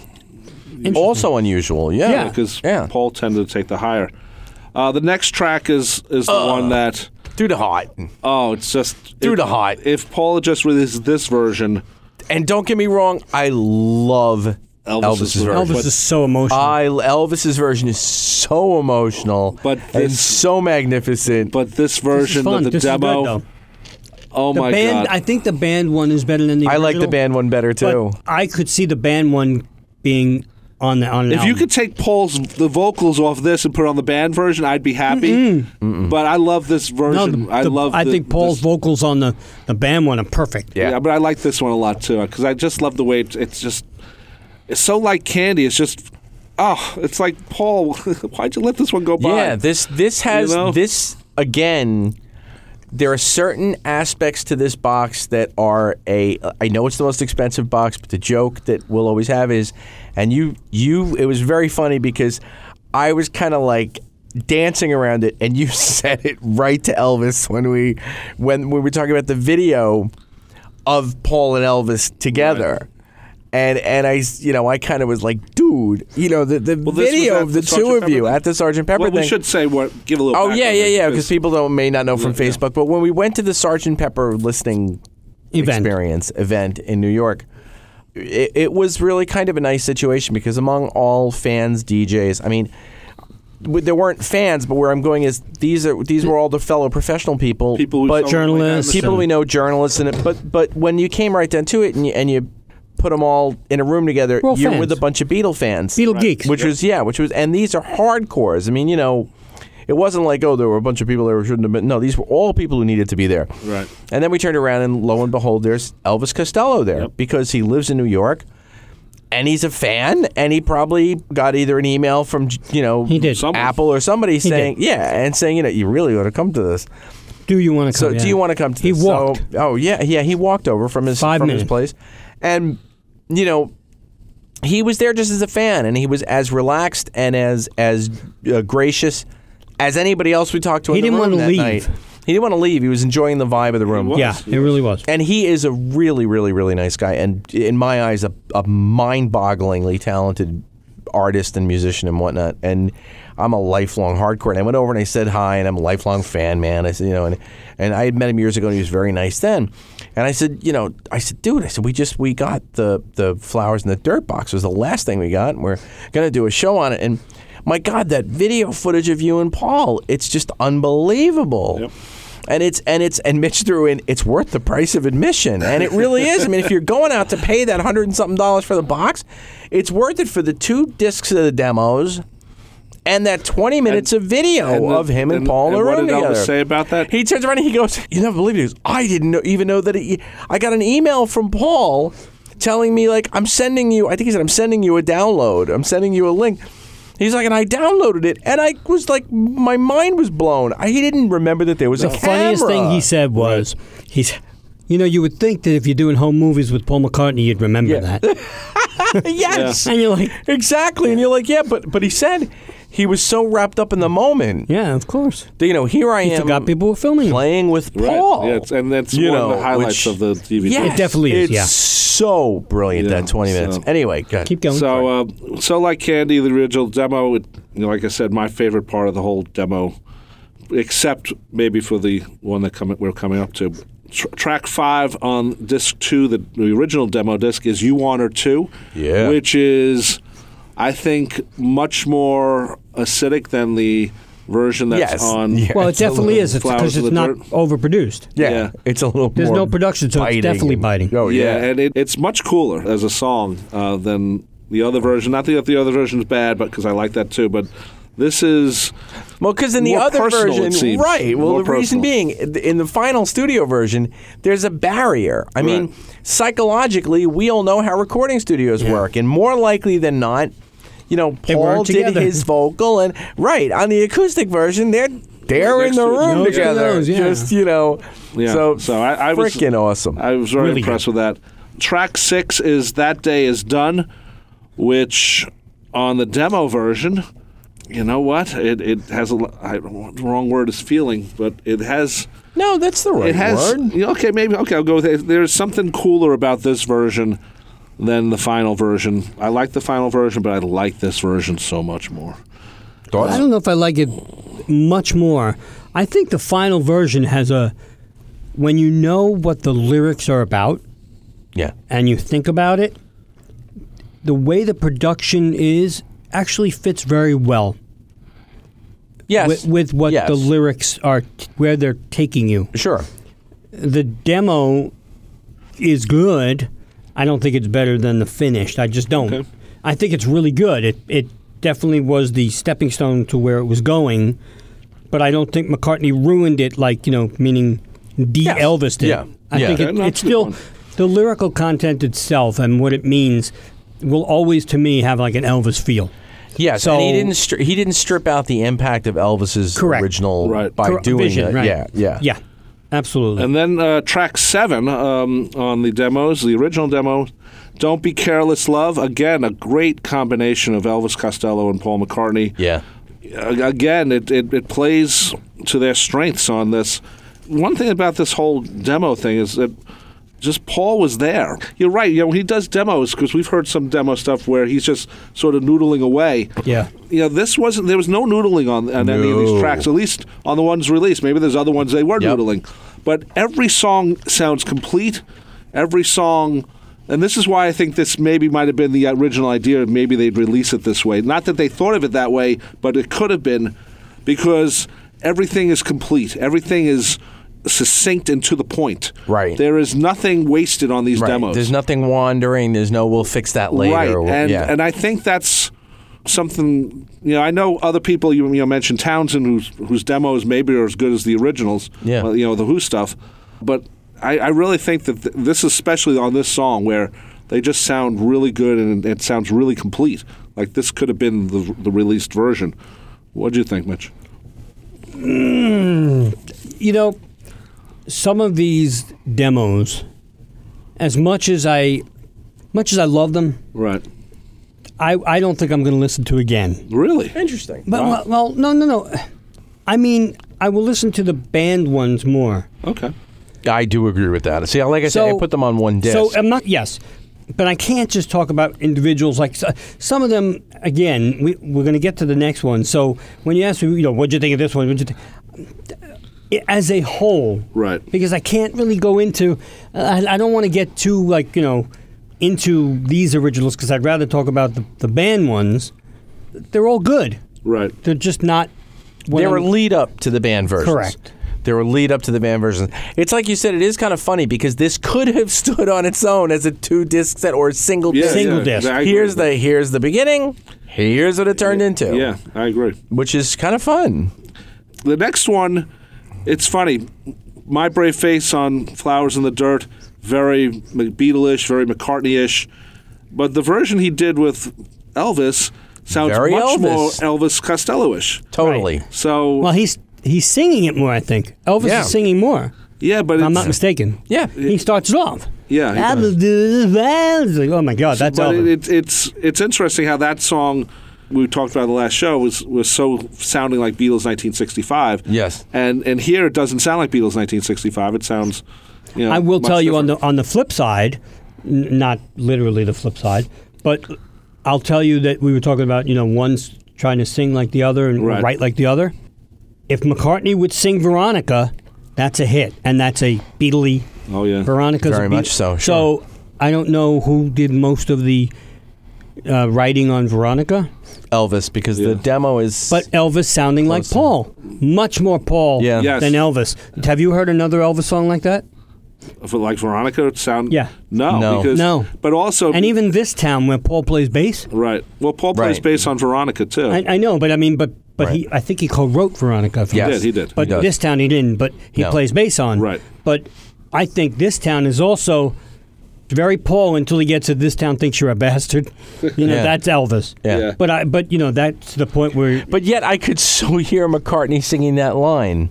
S3: Also unusual. Yeah.
S4: Yeah.
S2: because
S3: Yeah.
S2: Paul tended to take the higher. Uh, the next track is is the one that
S3: Through the hot.
S2: oh it's just
S3: Through
S2: it-
S3: the hot.
S2: If Paul had just released this version,
S3: And don't get me wrong, I love Elvis's,
S2: Elvis's
S3: version.
S4: Elvis is so emotional.
S3: I Elvis's version is so emotional,
S2: But
S3: and
S2: this-
S3: so magnificent.
S2: but this
S4: This is
S2: version
S4: fun.
S2: of the
S4: This is good,
S2: demo,
S4: though.
S2: oh
S4: The
S2: my
S4: band,
S2: god,
S4: I think the band one is better than the.
S3: I like the
S4: original,
S3: band one better
S4: but
S3: too.
S4: I could see the band one being on the on. an
S2: If you
S4: album.
S2: could take Paul's the vocals off this and put on the band version, I'd be happy. But I love this
S4: No,
S2: version.
S4: the-
S2: I
S4: the-
S2: love.
S4: I
S2: the-
S4: think Paul's
S2: this-
S4: vocals on the the band one are perfect.
S2: yeah. but I like this one a lot too because I just love the way it, it's just. It's so like candy. It's just, oh, it's like Paul. why'd you let this one go by?
S3: Yeah, this this has
S2: know?
S3: this again. There are certain aspects to this box that are a. I know it's the most expensive box, but the joke that we'll always have is, and you you it was very funny because I was kind of like dancing around it, and you said it right to Elvis when we when we were talking about the video of Paul and Elvis together. And, and I s- you know I kind of was like dude you know the, the
S2: this was
S3: video
S2: at
S3: of
S2: the
S3: the two
S2: Sgt.
S3: of you
S2: Pepper
S3: at the Sergeant Pepper
S2: well,
S3: thing.
S2: we should say what. Give a little.
S3: Oh yeah,
S2: background
S3: yeah,
S2: on it,
S3: yeah. Because people don't may not know from Facebook, but when we went to the Sergeant Pepper listening
S4: Event.
S3: experience event in New York, it, it was really kind of a nice situation because among all fans, DJs, I mean. w- There weren't fans, but where I'm going is these are these were all the fellow professional people,
S2: people who sound
S3: but
S2: like
S4: journalists,
S2: that.
S3: people we know, journalists, and it, but but when you came right down to it, and you, and you put them all in a room together,
S4: We're all
S3: you're
S4: fans.
S3: with a bunch of Beatle fans,
S4: Beatle geeks.
S3: which was yeah, which was and these are hardcores. I mean, you know, it wasn't like oh there were a bunch of people there who shouldn't have been. No, these were all people who needed to be there.
S2: Right.
S3: And then we turned around and lo and behold, there's Elvis Costello there because he lives in New York. And he's a fan, and he probably got either an email from you know
S4: He did.
S2: Someone.
S3: Apple or somebody saying
S4: did.
S3: yeah, and saying you know you really ought to come to this.
S4: Do you want to
S3: So
S4: come?
S3: do you want to come to
S4: He
S3: this?
S4: walked.
S3: So, oh yeah, yeah, he walked over from his
S4: Five
S3: from his
S4: minutes.
S3: place. And you know, he was there just as a fan and he was as relaxed and as as uh, gracious as anybody else we talked to
S4: He
S3: in the
S4: didn't
S3: room
S4: wanna
S3: that
S4: leave.
S3: night. He didn't want to leave. He was enjoying the vibe of the room.
S2: was.
S4: Yeah, it really was.
S3: And he is a really, really, really nice guy, and in my eyes, a, a mind-bogglingly talented artist and musician and whatnot. And I'm a lifelong hardcore. And I went over and I said hi, and I'm a lifelong fan, man. I said, you know, and and I had met him years ago, and he was very nice then. And I said, you know, I said, dude, I said, we just we got the the flowers in the dirt box was the last thing we got, and we're gonna do a show on it. And my God, that video footage of you and Paul, it's just unbelievable and it's and it's and Mitch threw in it's worth the price of admission, and it really is. I mean, if you're going out to pay that hundred and something dollars for the box, it's worth it for the two discs of the demos. And that 20 minutes of video
S2: and the-
S3: of him and,
S2: and-
S3: Paul in the
S2: and what
S3: room
S2: did Elvis
S3: together.
S2: say about that?
S3: He turns around and he goes, "You never believe it." He goes, "I didn't know, even know that." It, I got an email from Paul telling me like, "I'm sending you." I think he said, "I'm sending you a download. I'm sending you a link." He's like, and I downloaded it, and I was like, my mind was blown. I, he didn't remember that there was
S4: the
S3: a
S4: funniest thing
S3: camera.
S4: he said was he's. You know, you would think that if you're doing home movies with Paul McCartney, you'd remember
S3: Yeah.
S4: that.
S3: yes,
S4: and you're like,
S3: exactly. And you're like, yeah, but but he said he was so wrapped up in the moment.
S4: yeah, of course.
S3: that, You know, here I
S4: He
S3: am
S4: forgot people were filming. him.
S3: playing with
S2: Right.
S3: Paul.
S2: Yeah, it's- and that's
S3: You
S2: one
S3: know,
S2: of the highlights
S3: which-
S2: of the DVD.
S3: Yes,
S4: It definitely is,
S3: It's
S4: yeah.
S3: so brilliant
S2: Yeah,
S3: that 20 minutes.
S2: so-
S3: Anyway, go ahead.
S4: Keep going.
S2: So, uh, so like Candy, the original demo, it, you know, like I said, my favorite part of the whole demo, except maybe for the one that come, we're coming up to. Tr- track five on disc two, the, the original demo disc, is "You Honor Two,
S3: Yeah.
S2: which is I think, much more acidic than the version that's
S3: Yes.
S2: on.
S3: Yeah.
S4: Well, it
S3: It's a
S4: definitely
S2: little
S4: is because
S2: flowers
S4: it's
S2: of the
S4: not
S2: dirt.
S4: overproduced.
S3: Yeah,
S2: Yeah.
S3: it's a little.
S4: There's
S3: more
S4: no production, so it's
S3: biting
S4: definitely
S3: and-
S4: biting.
S3: Oh
S2: yeah,
S3: yeah,
S2: and it, it's much cooler as a song uh, than the other version. Not that the other version's bad, but because I like that too. But this is
S3: Well, because in the
S2: More
S3: other
S2: personal, it
S3: version,
S2: seems.
S3: right? Well,
S2: More
S3: the
S2: personal.
S3: reason being, in the final studio version, there's a barrier. I mean,
S2: Right.
S3: psychologically, we all know how recording studios work, and more likely than not, you know,
S4: They
S3: Paul
S4: weren't
S3: did
S4: together.
S3: his vocal, and right on the acoustic version, they're they're
S2: Next
S3: in the
S2: to-
S3: room
S2: Nose to
S3: together,
S4: nose, yeah.
S3: just you know.
S2: yeah.
S3: So,
S2: I, I was
S3: freaking awesome.
S2: I was very
S4: Really
S2: impressed with that. Track six is "That Day Is Done," which on the demo version, you know what? It it has a l- I, wrong word is feeling, but it has
S3: no, that's the right
S2: it has
S3: word.
S2: yeah, okay maybe okay I'll go with it. There's something cooler about this version than the final version. I like the final version, but I like this version so much more.
S4: I don't know if I like it much more. I think the final version has a when you know what the lyrics are about
S3: Yeah,
S4: and you think about it, the way the production is actually fits very well
S3: yes,
S4: with, with what
S3: Yes.
S4: the lyrics are, t- where they're taking you.
S3: sure.
S4: The demo is good. I don't think it's better than the finished. I just don't.
S2: Okay.
S4: I think it's really good. It it definitely was the stepping stone to where it was going, but I don't think McCartney ruined it. Like you know, meaning D
S3: Yes.
S4: Elvis did.
S3: Yeah.
S4: I
S3: Yeah.
S4: think
S2: Okay,
S4: it,
S2: no,
S4: it's
S2: that's a good
S4: still
S2: one.
S4: the lyrical content itself and what it means will always to me have like an Elvis feel.
S3: Yes,
S4: So-
S3: and he didn't stri- he didn't strip out the impact of Elvis's
S4: Correct.
S3: original
S2: Right.
S3: by
S4: Cor-
S3: doing
S4: vision,
S3: it.
S4: right.
S3: Yeah, yeah,
S4: Yeah, absolutely.
S2: And then uh, track seven um, on the demos, the original demo, "Don't Be Careless, Love." Again, a great combination of Elvis Costello and Paul McCartney.
S3: yeah.
S2: A- Again, it, it it plays to their strengths on this. One thing about this whole demo thing is that just Paul was there. You're right. You know, he does demos because we've heard some demo stuff where he's just sort of noodling away.
S4: yeah.
S2: You know, this wasn't. There was no noodling on, on any of
S3: No.
S2: these tracks. At least on the ones released. Maybe there's other ones they were
S3: Yep.
S2: noodling, but every song sounds complete. Every song, and this is why I think this maybe might have been the original idea. Maybe they'd release it this way. Not that they thought of it that way, but it could have been because everything is complete. Everything is succinct and to the point.
S3: Right.
S2: There is nothing wasted on these
S3: Right.
S2: demos.
S3: There's nothing wandering. There's no we'll fix that later.
S2: Right,
S3: or-
S2: and
S3: yeah.
S2: and I think that's something you know. I know other people you, you know mentioned Townsend, whose whose demos maybe are as good as the originals.
S3: Yeah.
S2: well, you know the Who stuff, but I, I really think that th- this, is especially on this song, where they just sound really good and it sounds really complete. Like this could have been the, the released version. What do you think, Mitch?
S4: you know, some of these demos, as much as I, much as I love them,
S2: Right.
S4: I, I don't think I'm going to listen to again.
S2: Really?
S3: interesting.
S4: But well, well, no, no, no. I mean, I will listen to the band ones more.
S2: Okay.
S3: I do agree with that. See, like I said, I put them on one disc.
S4: So uh, I'm not yes, but I can't just talk about individuals. Like so- some of them, again, we, we're going to get to the next one. So when you ask me, you know, what'd you think of this one? What'd you think? As a whole,
S2: Right.
S4: Because I can't really go into. I, I don't want to get too like you know into these originals because I'd rather talk about the, the band ones. They're all good.
S2: Right.
S4: They're just not. what
S3: They were
S4: I'm-
S3: lead up to the band versions.
S4: Correct.
S3: They were lead up to the band versions. It's like you said, it is kind of funny because this could have stood on its own as a two disc set or a single
S2: Yeah,
S3: disc.
S4: Single
S2: yeah,
S4: disc.
S2: I agree
S3: Here's
S2: with that.
S3: the here's the beginning. Here's what it turned into.
S2: Yeah, I agree.
S3: Which is kind of fun.
S2: the next one, it's funny. My brave face on flowers in the dirt, very Beatle-ish, very McCartney-ish, but the version he did with Elvis sounds
S3: Very
S2: much
S3: Elvis.
S2: more Elvis Costello-ish.
S3: Totally.
S2: So
S4: Well, he's he's singing it more. I think Elvis
S3: Yeah.
S4: is singing more.
S2: yeah, but
S4: If I'm
S2: it's-
S4: not mistaken.
S3: Yeah.
S4: He starts it off.
S2: Yeah, he
S4: I
S2: does.
S4: will do the best. It's like, oh my God, that's
S2: but
S4: Elvis.
S2: it, it, it's it's interesting how that song we talked about in the last show was was so sounding like Beatles 1965.
S3: Yes.
S2: and and here it doesn't sound like Beatles 1965. It sounds. You know,
S4: I will
S2: much
S4: tell you on
S2: different.
S4: the on the flip side, n- not literally the flip side, but I'll tell you that we were talking about you know one's trying to sing like the other and
S2: Right.
S4: write like the other. If McCartney would sing Veronica, that's a hit, and that's a Beatley.
S2: Oh yeah.
S4: Veronica's a
S3: Very
S4: Beat-
S3: much so,
S4: So I don't know who did most of the uh, writing on Veronica,
S3: Elvis because the demo is.
S4: but Elvis sounding like
S3: Closer.
S4: Paul, much more Paul
S3: Yeah.
S2: Yes.
S4: than Elvis. Have you heard another Elvis song like that?
S2: For like Veronica it sound
S4: Yeah.
S2: no,
S3: No.
S2: because
S4: No.
S2: but also
S4: And even this town where Paul plays bass,
S2: right well Paul plays
S3: Right.
S2: bass on Veronica too
S4: I, I know, but I mean, but but he, I think he co-wrote Veronica. For
S3: Yes.
S2: did, he did.
S4: But
S3: He does.
S4: this town he didn't. But he
S3: No.
S4: plays bass on.
S2: Right.
S4: But I think this town is also very Paul until he gets to this town thinks you're a bastard. You know
S3: Yeah.
S4: that's Elvis.
S3: Yeah.
S2: Yeah.
S4: But I but you know that's the point where
S3: But yet I could so hear McCartney singing that line.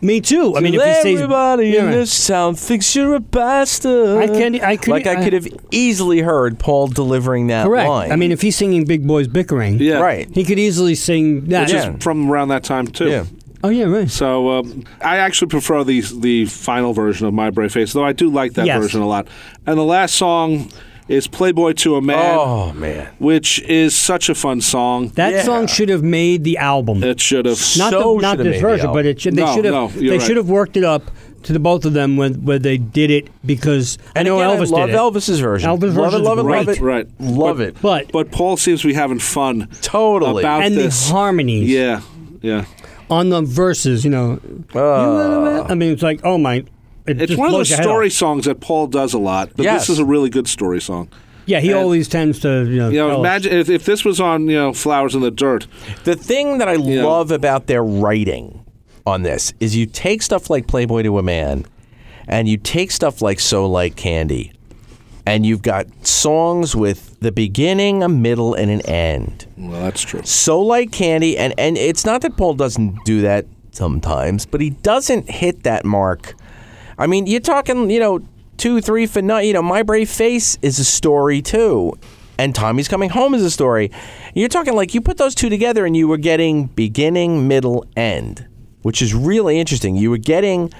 S4: me too. I mean if he says
S3: everybody
S4: Yeah,
S3: in
S4: right.
S3: this town thinks you're a bastard.
S4: I can- I can-
S3: like I, could have easily heard Paul delivering that
S4: correct.
S3: line.
S4: I mean if he's singing Big Boys Bickering,
S2: yeah
S3: right.
S4: he could easily sing that.
S3: Which is-
S2: from around that time too
S3: Yeah.
S4: oh yeah, right.
S2: So um, I actually prefer the the final version of My Brave Face, though I do like that
S4: Yes.
S2: version a lot. And the last song is Playboy to a Man,
S3: Oh man.
S2: which is such a fun song.
S4: That
S3: Yeah.
S4: song should have made the album.
S2: it should have.
S4: not
S3: So
S4: the, not
S3: shoulda made
S4: this
S3: the
S4: version,
S3: album.
S4: but it should, they
S2: No,
S4: should have
S2: no, you're
S4: they
S2: right.
S4: should have worked it up to the both of them when when they did it because I know
S3: Again,
S4: Elvis
S3: I love
S4: did it.
S3: Elvis's version. love
S4: Elvis'
S3: it,
S4: version's
S3: love it, love
S4: great.
S3: it,
S2: Right.
S3: love
S2: But-
S3: it.
S4: but
S2: But Paul seems to be having fun.
S3: Totally.
S2: About
S4: and
S2: this.
S4: the harmonies
S2: Yeah. Yeah.
S4: on the verses, you know,
S3: Uh.
S4: I mean, it's like oh my, it
S2: It's
S4: just
S2: one of
S4: blows
S2: those
S4: your head off.
S2: story songs that Paul does a lot, but
S3: Yes.
S2: this is a really good story song.
S4: Yeah, he always tends to you know.
S2: You know,
S4: tell us.
S2: imagine if, if this was on, you know, Flowers in the Dirt.
S3: The thing that I love about their writing on this is you take stuff like Playboy to a Man and you take stuff like So Like Candy and you've got songs with the beginning, a middle, and an end.
S2: Well, that's true.
S3: So Like Candy and and it's not that Paul doesn't do that sometimes, but he doesn't hit that mark. I mean, you're talking, you know, two, three for not, you know, My Brave Face is a story too. And Tommy's Coming Home is a story. You're talking like you put those two together and you were getting beginning, middle, end, which is really interesting. You were getting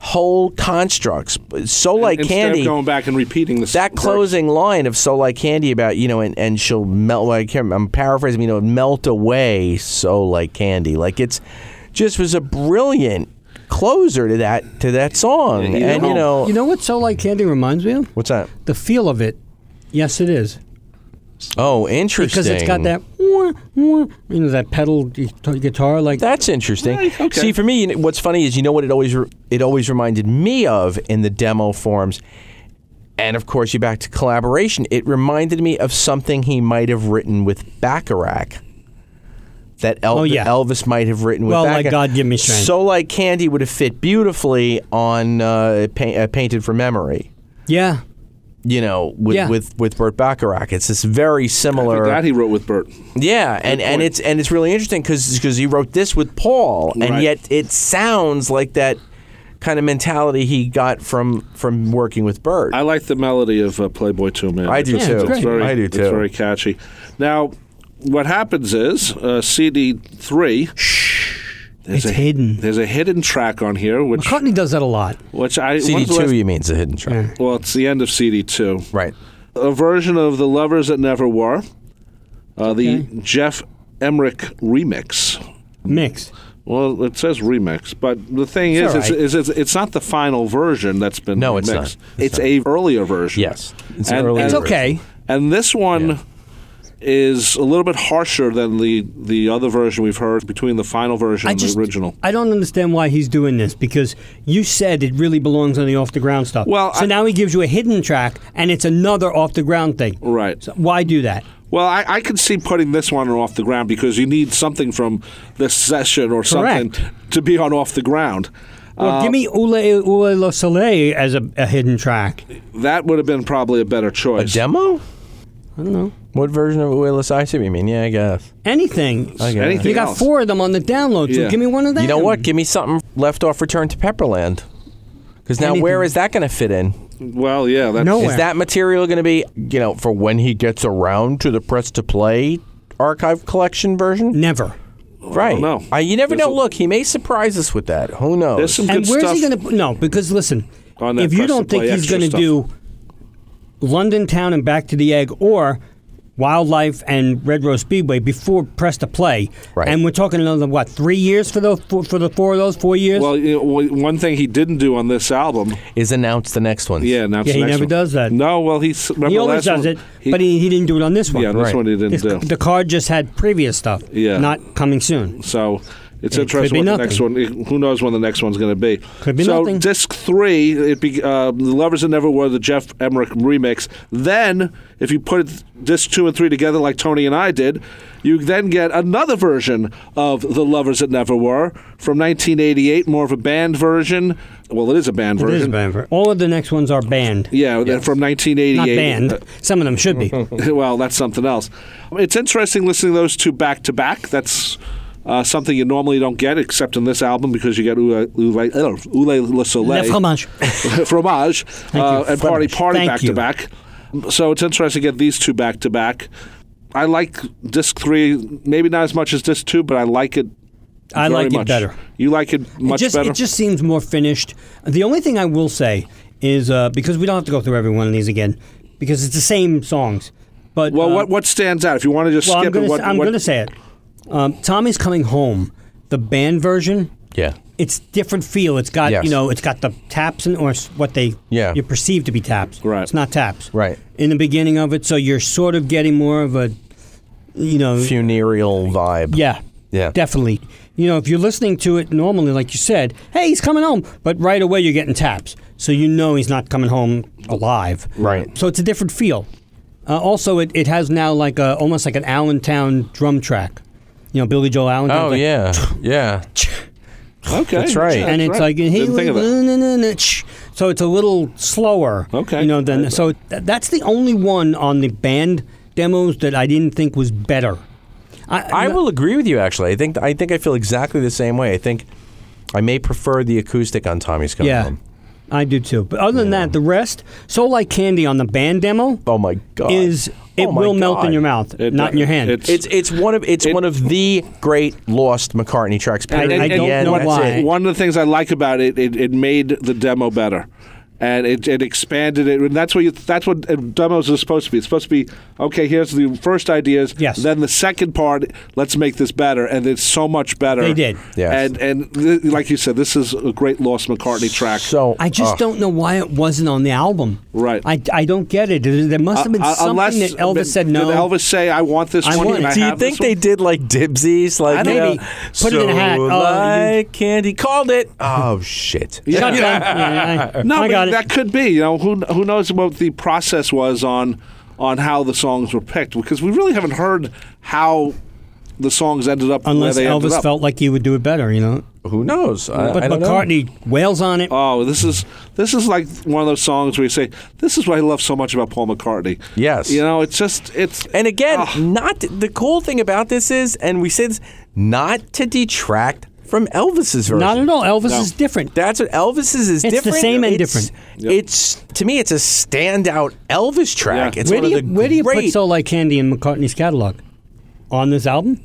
S3: whole constructs. So like
S2: Instead
S3: candy
S2: of going back and repeating this.
S3: that closing line of "So Like Candy" about you know, and, and she'll melt. Well, I can't, remember- I'm paraphrasing. You know, melt away. So like candy, like it's just was a brilliant closer to that to that song.
S2: you
S3: and
S2: know-
S3: you know,
S4: you know what So Like Candy reminds me of
S3: what's that?
S4: the feel of it. Yes, it is
S3: Oh, interesting.
S4: because it's got that wah, wah, you know that pedal guitar- guitar like
S3: That's interesting.
S2: Right, okay.
S3: See, for me, you know, what's funny is you know what it always re- it always reminded me of in the demo forms, and of course you back to collaboration. It reminded me of something he might have written with Bacharach. That El-
S4: Oh, yeah.
S3: Elvis might have written with
S4: Well, like
S3: Bacharach.
S4: God Give Me Strength.
S3: So like Candy would have fit beautifully on uh, pa- uh, Painted for Memory.
S4: yeah.
S3: You know, with
S4: Yeah.
S3: with with Burt Bacharach, it's this very similar.
S2: That he wrote with Bert.
S3: Yeah, and, and it's and it's really interesting because he wrote this with Paul, and
S2: Right.
S3: yet it sounds like that kind of mentality he got from from working with Bert.
S2: I like the melody of uh, Playboy Two Man.
S3: I do
S4: Yeah,
S3: too.
S4: it's great.
S2: It's very,
S3: I do
S2: it's
S3: too.
S2: very catchy. Now, what happens is uh, CD three.
S4: It's hidden.
S2: There's a hidden track on here, which
S4: McCartney does that a lot.
S2: which I
S3: CD
S2: when's the
S3: two,
S2: last-
S3: you mean, is a hidden track,
S2: Well, it's the end of CD two.
S3: right?
S2: A version of the lovers that never were, uh, the Jeff Emmerich remix.
S4: Mix.
S2: Well, it says remix, but the thing is,
S4: all
S2: it's,
S4: right.
S2: is, it's, it's not the final version that's been
S3: No, it's
S2: remixed.
S3: not.
S2: It's, a earlier version.
S3: Yes, it's an earlier
S4: It's
S3: version.
S4: okay.
S2: And this one is a little bit harsher than the the other version we've heard between the final version
S4: I
S2: and
S4: just
S2: the original.
S4: I don't understand why he's doing this because you said it really belongs on the off the ground stuff.
S2: Well,
S4: so
S2: I-
S4: now he gives you a hidden track and it's another off the ground thing.
S2: Right.
S4: So why do that?
S2: Well, I, I could see putting this one off the ground because you need something from this session or something to be on off the ground.
S4: Well,
S2: Uh,
S4: give me Ule Ule Lo Soleil as a, a hidden track.
S2: That would have been probably a better
S3: A
S2: choice.
S3: demo?
S4: I don't know
S3: What version of Willis I you mean? Yeah, I guess.
S4: anything.
S3: guess.
S2: Anything
S4: You got
S2: else.
S4: four of them on the download. So
S2: Yeah.
S4: give me one of them.
S3: You know what? Give me something left off Return to Pepperland, because now where
S4: Anything.
S3: is that going to fit in?
S2: Well, yeah, that's
S4: No. Where?
S3: Is that material going to be, you know, for when he gets around to the press to play archive collection version?
S4: Never.
S3: Right.
S2: know.
S3: Uh, you never
S2: There's
S3: know.
S2: a-
S3: Look, he may surprise us with that. Who
S2: There's
S3: knows?
S2: some
S4: and
S2: good
S4: where's
S2: stuff.
S4: he going to? No, because listen,
S2: On that
S4: if you
S2: press to
S4: don't think
S2: play
S4: he's
S2: extra
S4: going to
S2: stuff.
S4: do London Town and Back to the Egg or Wildlife and Red Rose Speedway before press to play.
S3: Right.
S4: And we're talking another what three years for those for, for the four of those four years.
S2: Well, you know, w- one thing he didn't do on this album,
S3: Is announce the next one.
S2: yeah, now
S4: Yeah, he never does that.
S2: No, well, he's remember
S4: he always
S2: last
S4: does
S2: one?
S4: it, but he, he didn't do it on this one.
S2: yeah, this
S3: Right.
S2: one he didn't
S4: This-
S2: do.
S4: The card just had previous stuff.
S2: Yeah.
S4: Not coming soon.
S2: So it's
S4: It could be
S2: interesting what the next one. Who knows when the next one's going to be?
S4: Could be
S2: so
S4: nothing.
S2: disc three, it be uh, the lovers that never were the Jeff Emmerich remix. Then, if you put disc two and three together like Tony and I did, you then get another version of the lovers that never were from 1988, more of a band version. Well, it is a band
S4: It is
S2: version.
S4: banned. for- All of the next ones are banned.
S2: Yeah, then from
S4: Not
S2: 1988.
S4: banned. Some of them should be.
S2: well, that's something else. It's interesting listening to those two back to back. That's uh, something you normally don't get, except in this album, because you get Oulé Le
S4: Le
S2: Soleil,
S4: fromage.
S2: Fromage, uh, and Party
S4: Fromage.
S2: Party
S4: Thank
S2: back
S4: you.
S2: to back. So it's interesting to get these two back to back. I like disc three, maybe not as much as disc two, but I like it.
S4: I
S2: very
S4: like it
S2: much.
S4: better.
S2: You like it much
S4: it just,
S2: better.
S4: It just seems more finished. The only thing I will say is uh, because we don't have to go through every one of these again because it's the same songs. But
S2: well,
S4: uh,
S2: what what stands out? If you want to just
S4: well, I'm
S2: skip
S4: gonna
S2: it, what,
S4: say, I'm
S2: what-
S4: gonna say it. Um, Tommy's coming home. The band version.
S3: Yeah.
S4: It's different feel. It's got
S3: Yes.
S4: you know. It's got the taps and or s- what they
S3: Yeah.
S4: you perceive to be taps.
S2: Right.
S4: It's not taps.
S3: Right.
S4: In the beginning of it, so you're sort of getting more of a, you know,
S3: Funereal vibe.
S4: yeah.
S3: Yeah.
S4: Definitely. You know, if you're listening to it normally, like you said, hey, he's coming home, but right away you're getting taps. So you know he's not coming home alive.
S3: Right.
S4: So it's a different feel. Uh, also, it, it has now like a, almost like an Allentown drum track. You know, Billy Joel Allentown.
S3: Oh
S4: like,
S3: yeah. Yeah.
S2: okay,
S3: That's right.
S2: yeah,
S4: and it's
S2: right.
S4: like hey,
S2: Didn't think of it.
S4: na- na- na- tsh. so it's a little slower.
S2: Okay.
S4: you know. Then so th- that's the only one on the band demos that I didn't think was better.
S3: I will agree with you. Actually, I think I think I feel exactly the same way. I think I may prefer the acoustic on Tommy's coming
S4: Yeah,
S3: home.
S4: I do too. But other than that, the rest, so like candy on the band demo
S3: Oh my god!
S4: is it
S3: Oh my
S4: will melt in
S3: God.
S4: your mouth,
S2: It-
S4: not in your hand.
S2: it's-
S3: It's it's one of it's one of the great lost McCartney tracks. period.
S4: I
S3: At the
S4: don't
S3: end,
S4: know
S3: that's
S4: why.
S3: it.
S2: One of the things I like about it, it, it made the demo better, and it, it expanded it. And that's what you, that's what uh, demos are supposed to be. It's supposed to be okay. Here's the first ideas.
S4: Yes.
S2: Then the second part. Let's make this better, and it's so much better.
S4: They did.
S3: Yes.
S2: And and th- like you said, this is a great Lost McCartney track.
S3: So
S4: I just
S3: ugh.
S4: don't know why it wasn't on the album.
S2: Right.
S4: I, I don't get it. There there must have been
S2: Uh,
S4: something
S2: unless-
S4: that Elvis said
S2: did
S4: no.
S2: Elvis say, "I want this
S4: I
S2: one"?
S4: want
S2: and
S4: it.
S2: I
S3: Do you
S2: have
S3: think
S2: this
S3: they
S2: one?"
S3: did like dibsies? Like
S4: don't
S3: you
S4: know.
S3: know,
S4: Put it in a hat.
S3: so
S4: Oh, you-
S3: like candy called it. Oh shit!
S4: Shut up. Yeah, I,
S2: No,
S4: I
S2: but
S4: got it.
S2: that could be. You know, who who knows what the process was on on how the songs were picked because we really haven't heard how the songs ended up. where
S4: Unless
S2: they ended
S4: Elvis
S2: up.
S4: felt like he would do it better, you know.
S3: Who knows? I,
S4: But
S3: I don't know.
S4: McCartney wails on it.
S2: Oh, this is this is like one of those songs where you say, "This is what I love so much about Paul McCartney."
S3: Yes.
S2: you know, it's just it's ah,
S3: And again,
S4: Ah.
S2: Ugh.
S3: not the cool thing about this is, and we say this, not to detract from Elvis's version.
S4: Not at all. Elvis
S2: No.
S4: is different.
S3: That's what Elvis's is
S4: It's the
S3: different.
S4: same and
S3: It's-
S4: different.
S3: It's to me, it's a standout Elvis track.
S2: Yeah.
S3: It's
S4: where, do
S3: one
S4: you,
S3: of the
S4: where do you put
S3: great.
S4: "So Like Candy" in McCartney's catalog? On this album,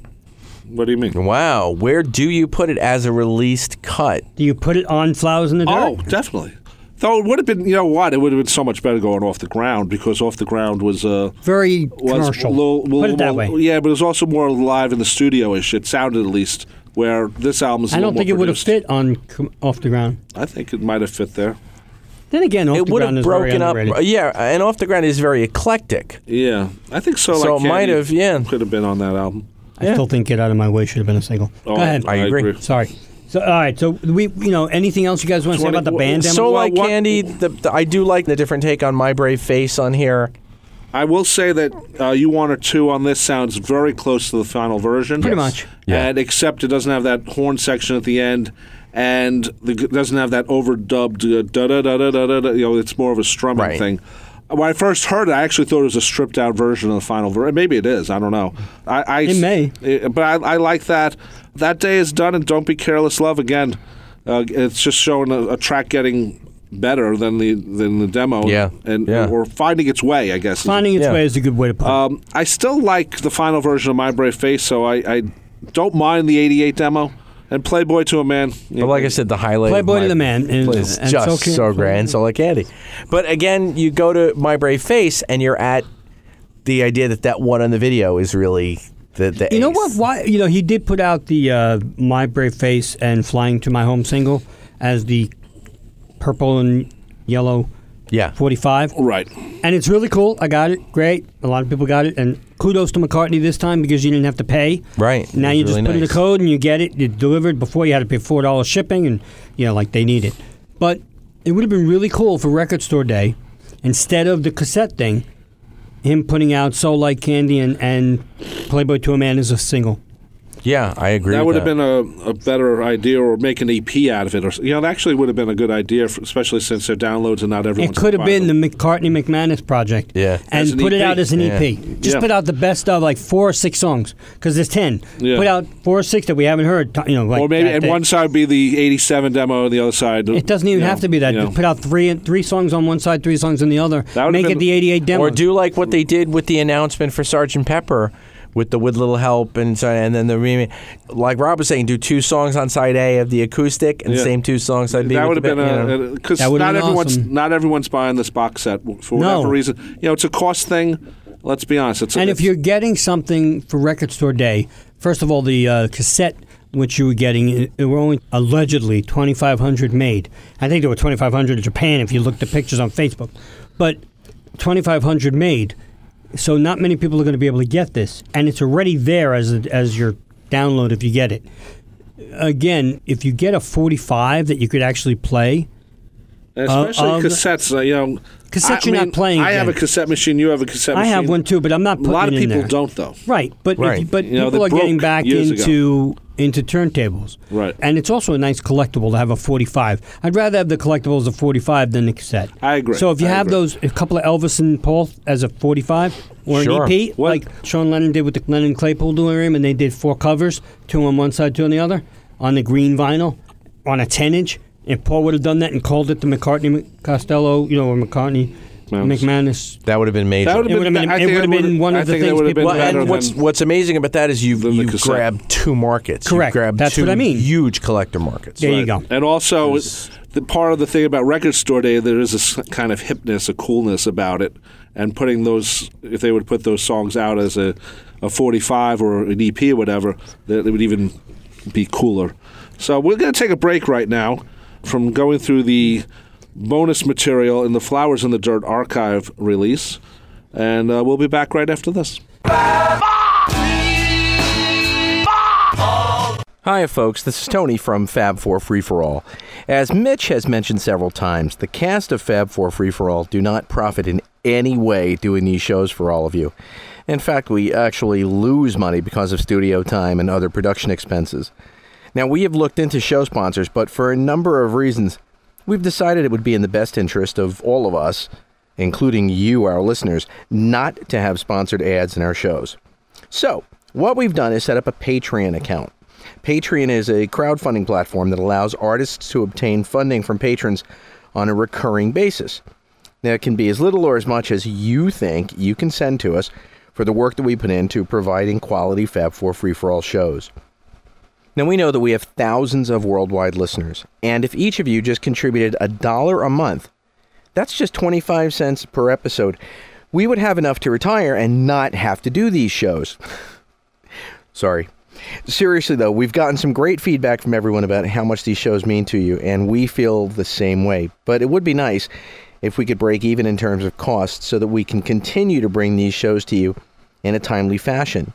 S2: what do you mean?
S3: wow, where do you put it as a released cut?
S4: do you put it on "Flowers in the
S2: Oh,
S4: Dirt"?
S2: definitely. Though it would have been, you know what? It would have been so much better going off the ground because off the ground was uh,
S4: Very
S2: was
S4: commercial.
S2: a little- little
S4: put it that
S2: more-
S4: way.
S2: Yeah, but it was also more live in the studio-ish. It sounded at least where this album's. a
S4: I don't
S2: little
S4: think it
S2: more
S4: would have
S2: produced.
S4: fit on com- off the ground.
S2: I think it might have fit there.
S4: Then again, off
S3: It
S4: the
S3: would
S4: ground
S3: have
S4: is very
S3: broken up.
S4: underrated.
S3: Yeah, and off the ground is very eclectic.
S2: Yeah, I think so.
S3: So
S2: like
S3: it might
S2: Candy
S3: have, yeah.
S2: could have been on that album.
S4: I still think "Get Out of My Way" should have been a single.
S2: Oh,
S4: Go ahead.
S3: uh, I agree.
S4: Sorry. So, all right. So we, you know, anything else you guys want to say
S2: Wanna-
S4: about the band demo?
S3: So
S2: Well,
S3: like
S2: what-
S3: candy, the, the, I do like the different take on my brave face on here.
S2: I will say that uh, you one or two on this sounds very close to the final version.
S4: Pretty Yes. much.
S3: Yeah.
S2: And except it doesn't have that horn section at the end, and the, it doesn't have that overdubbed uh, da da da da da da. da you know, it's more of a strumming
S3: Right.
S2: thing. When I first heard it, I actually thought it was a stripped out version of the final version. Maybe it is. I don't know. I, I
S4: It may.
S2: Eh, but I, I like that. That day is done, and don't be careless, love. Again, uh, it's just showing a, a track getting better than the than the demo.
S3: Yeah.
S2: and
S3: Yeah.
S2: or finding its way, I guess. is-
S4: Finding its
S3: Yeah. Uh,
S4: way is a good way to put it.
S2: um, I still like the final version of My Brave Face, so I, I don't mind the '88 demo and Playboy to a Man.
S3: But like I said, the highlight. of
S4: Playboy to
S3: my-
S4: the man is-
S3: is
S4: and
S3: just
S4: so
S3: so,
S4: can-
S3: grand, so like Andy. But again, you go to My Brave Face, and you're at the idea that that one on the video is really the the.
S4: You know
S3: ace.
S4: what? Why you know he did put out the uh, "My Brave Face" and "Flying to My Home" single as the purple and yellow
S3: Yeah.
S4: 45,
S2: Right.
S4: and it's really cool. I got it, great. A lot of people got it, and kudos to McCartney this time because you didn't have to pay.
S3: Right.
S4: now,
S3: It
S4: you
S3: was
S4: just
S3: really
S4: put in the
S3: nice.
S4: code and you get it. It's delivered before you had to pay four dollars shipping, and you know, like they need it. But it would have been really cool for Record Store Day instead of the cassette thing. Him putting out "So Like Candy" and, and "Playboy to a Man" as a single.
S3: Yeah, I agree.
S2: That
S3: with
S2: would have been a, a better idea, or make an EP out of it, or s- you know, it actually would have been a good idea, for, especially since their downloads and not everyone.
S4: It could have been the McCartney McManus project.
S3: Yeah.
S2: As
S4: And
S2: an
S4: put
S2: EP.
S4: it out as an
S3: Yeah.
S4: EP. Just
S2: Yeah.
S4: put out the best of like four or six songs because there's 10.
S2: Yeah.
S4: Put out four or six that we haven't heard. t- You know, like
S2: Or maybe,
S4: that
S2: and
S4: day.
S2: one side would be the '87 demo, and the other side.
S4: It doesn't even
S2: you know,
S4: have to be that.
S2: you know.
S4: Just put out three and three songs on one side, three songs on the other.
S2: That would've
S4: Make
S2: been-
S4: it the 88 demo.
S3: Or do like what they did with the announcement for Sergeant Pepper with the with little help and so and then the remake. Like Rob was saying, do two songs on side A of the acoustic and the
S2: Yeah.
S3: same two songs side B.
S2: that
S3: would have
S2: been a because
S4: That would've
S2: not
S4: been
S2: everyone's
S4: awesome.
S2: not everyone's buying this box set for
S4: No.
S2: whatever reason. You know, it's a cost thing. Let's be honest. It's
S4: and
S2: it's,
S4: if you're getting something for Record Store Day, first of all, the uh, cassette which you were getting it- it were only allegedly 2,500 made. I think there were 2,500 in Japan if you looked at pictures on Facebook, but 2,500 made. So not many people are going to be able to get this, and it's already there as a, as your download if you get it. Again, if you get a 45 that you could actually play,
S2: And especially
S4: of-
S2: cassettes. uh, you know, I
S4: Cassette you're not
S2: mean,
S4: playing
S2: I have a
S4: again.
S2: cassette machine. You have a cassette
S4: I
S2: machine.
S4: have one too, but I'm
S2: A
S4: not putting
S2: lot
S4: it
S2: of
S4: in
S2: people
S4: there.
S2: don't though.
S4: Right, but
S3: Right.
S4: If, but
S2: You know,
S4: people
S2: they
S4: are getting
S2: broke
S4: back
S2: years ago.
S4: into into turntables.
S2: Right.
S4: and it's also a nice collectible to have a 45. I'd rather have the collectible as a 45 than the cassette.
S2: I agree.
S4: So if you
S2: I
S4: have
S2: agree.
S4: those, a couple of Elvis and Paul as a 45 or
S3: Sure.
S4: an EP,
S2: Well-
S4: like Sean Lennon did with the Lennon Claypool Delirium, and they did four covers, two on one side, two on the other, on the green vinyl, on a 10 inch. If Paul would have done that and called it the McCartney Costello, you know, or McCartney
S2: Mounts.
S4: McManus
S3: that would have been major.
S2: That would've
S4: It would've been-
S2: I
S4: it
S2: think
S4: would've been
S2: would've-
S4: one of
S2: I
S4: the
S2: think that
S4: things
S2: would've been
S4: people-
S3: well,
S2: better
S3: and
S2: than-
S3: what's what's amazing about that is you've
S2: Than the
S3: you've
S2: cassette.
S3: grabbed two markets.
S4: Correct.
S3: You've grabbed
S4: That's
S3: two
S4: what I mean.
S3: Huge collector markets.
S4: There you go.
S2: And also, the part of the thing about Record Store Day, there is a kind of hipness, a coolness about it. And putting those, if they would put those songs out as a, a 45 or an EP or whatever, that it would even be cooler. So we're going to take a break right now from going through the bonus material in the Flowers in the Dirt archive release. And uh, we'll be back right after this.
S3: Hi, folks. This is Tony from Fab Four Free for All. As Mitch has mentioned several times, the cast of Fab Four Free for All do not profit in any way doing these shows for all of you. In fact, we actually lose money because of studio time and other production expenses. Now, we have looked into show sponsors, but for a number of reasons, we've decided it would be in the best interest of all of us, including you, our listeners, not to have sponsored ads in our shows. So, what we've done is set up a Patreon account. Patreon is a crowdfunding platform that allows artists to obtain funding from patrons on a recurring basis. Now, it can be as little or as much as you think you can send to us for the work that we put into providing quality Fab4 free for all shows. Now, we know that we have thousands of worldwide listeners, and if each of you just contributed a dollar a month, that's just 25 cents per episode. We would have enough to retire and not have to do these shows. Sorry. Seriously, though, we've gotten some great feedback from everyone about how much these shows mean to you, and we feel the same way. But it would be nice if we could break even in terms of cost so that we can continue to bring these shows to you in a timely fashion.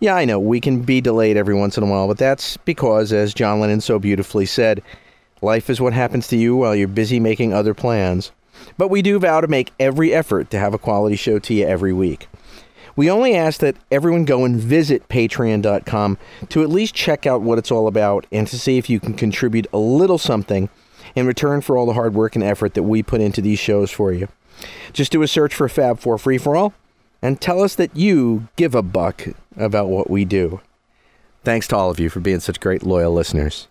S3: Yeah, I know, we can be delayed every once in a while, but that's because, as John Lennon so beautifully said, Life is what happens to you while you're busy making other plans. But we do vow to make every effort to have a quality show to you every week. We only ask that everyone go and visit patreon.com to at least check out what it's all about and to see if you can contribute a little something in return for all the hard work and effort that we put into these shows for you. Just do a search for Fab for Free for All and tell us that you give a buck about what we do. Thanks to all of you for being such great loyal listeners.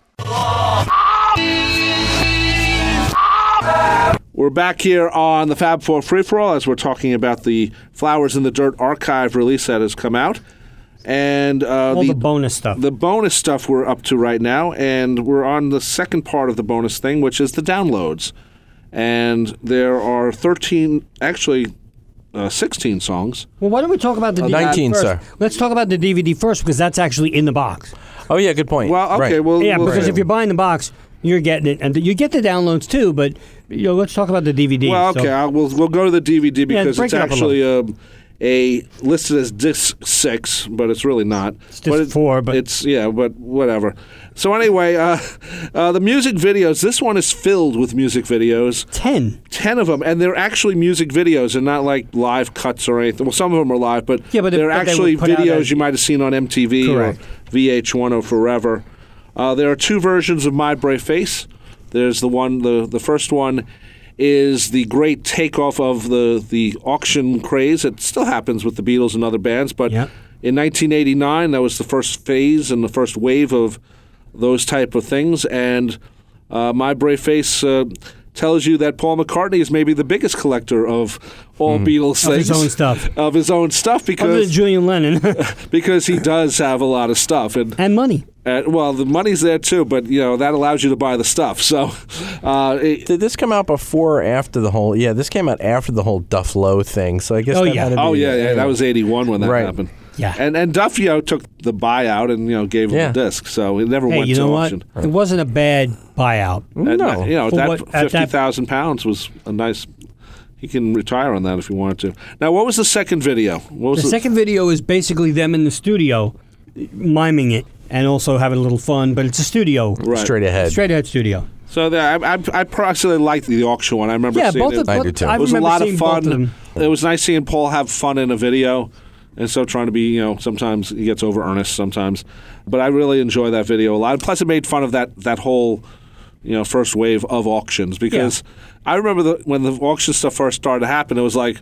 S2: We're back here on the Fab Four Free For All as we're talking about the Flowers in the Dirt archive release that has come out. And uh,
S4: all the, bonus stuff.
S2: the bonus stuff we're up to right now, and we're on the second part of the bonus thing, which is the downloads. And there are 13, actually, uh, 16 songs.
S4: Well, why don't we talk
S2: Oh,
S4: about the DVD
S3: 19,
S4: first?
S3: sir.
S4: Let's talk about the DVD first because that's actually in the box.
S3: Oh yeah, good point.
S2: Well, okay,
S3: Right.
S2: well,
S4: Yeah,
S2: well,
S4: because if you're buying the box, you're getting it, and you get the downloads too. But you know, let's talk about the DVD.
S2: well,
S4: So-
S2: okay, I'll, we'll we'll go to the DVD
S4: Yeah,
S2: because
S4: break
S2: it's
S4: it up a
S2: actually um, a listed as disc six, but it's really not. It's
S4: disc four, but-
S2: it's yeah, but whatever. So anyway, uh, uh, the music videos. This one is filled with music videos.
S4: ten.
S2: Ten of them, and they're actually music videos, and not like live cuts or anything. Well, some of them are live, but
S4: Yeah, but they-
S2: they're
S4: but they
S2: actually
S4: were put out
S2: videos
S4: as-
S2: you might have seen on MTV
S4: Correct.
S2: or VH1 or Forever. Uh, there are two versions of My Brave Face. There's the one, the, the first one is the great takeoff of the, the auction craze. It still happens with the Beatles and other bands, but
S4: Yeah.
S2: in 1989, that was the first phase and the first wave of those type of things. And uh, My Brave Face uh, tells you that Paul McCartney is maybe the biggest collector of all Beatles
S4: Mm-hmm. Of
S2: things.
S4: his own stuff.
S2: Of his own stuff
S4: Other than
S2: because
S4: Julian Lennon
S2: because he does have a lot of stuff and,
S4: and money.
S2: and well the money's there too but you know that allows you to buy the stuff so uh, it,
S3: Did this come out before or after the whole? Yeah, this came out after the whole Duff Low thing. So I guess.
S4: Oh,
S3: that
S4: yeah.
S3: had to be-
S2: oh yeah, yeah that was 81 when that
S3: Right.
S2: happened
S4: Yeah.
S2: and and Duffy you know, took the buyout and you know gave him
S3: Yeah.
S2: the disc so it never
S4: Hey,
S2: went
S4: you
S2: to
S4: know what?
S2: auction Mm.
S4: It wasn't a bad buyout.
S2: At-
S3: No.
S2: you know
S4: For
S2: that
S4: what- at that-
S2: 50,000 pounds was a nice he can retire on that if he wanted to now what was the second video what was
S4: The
S2: the,
S4: second video is basically them in the studio miming it and also having a little fun, but it's a studio.
S2: right.
S3: Straight ahead.
S4: Straight ahead studio.
S2: so that I, I, I personally liked the auction one I remember
S4: Yeah,
S2: seeing
S4: both
S2: it.
S4: of
S3: I
S4: both,
S3: do too.
S4: I
S2: It was a
S4: remember
S2: lot of
S4: seeing both of
S2: fun.
S4: them.
S2: It was nice seeing Paul have fun in a video. And so trying to be, you know, sometimes he gets over earnest sometimes. But I really enjoy that video a lot. Plus it made fun of that that whole, you know, first wave of auctions because I remember the, when the auction stuff first started to happen, it was like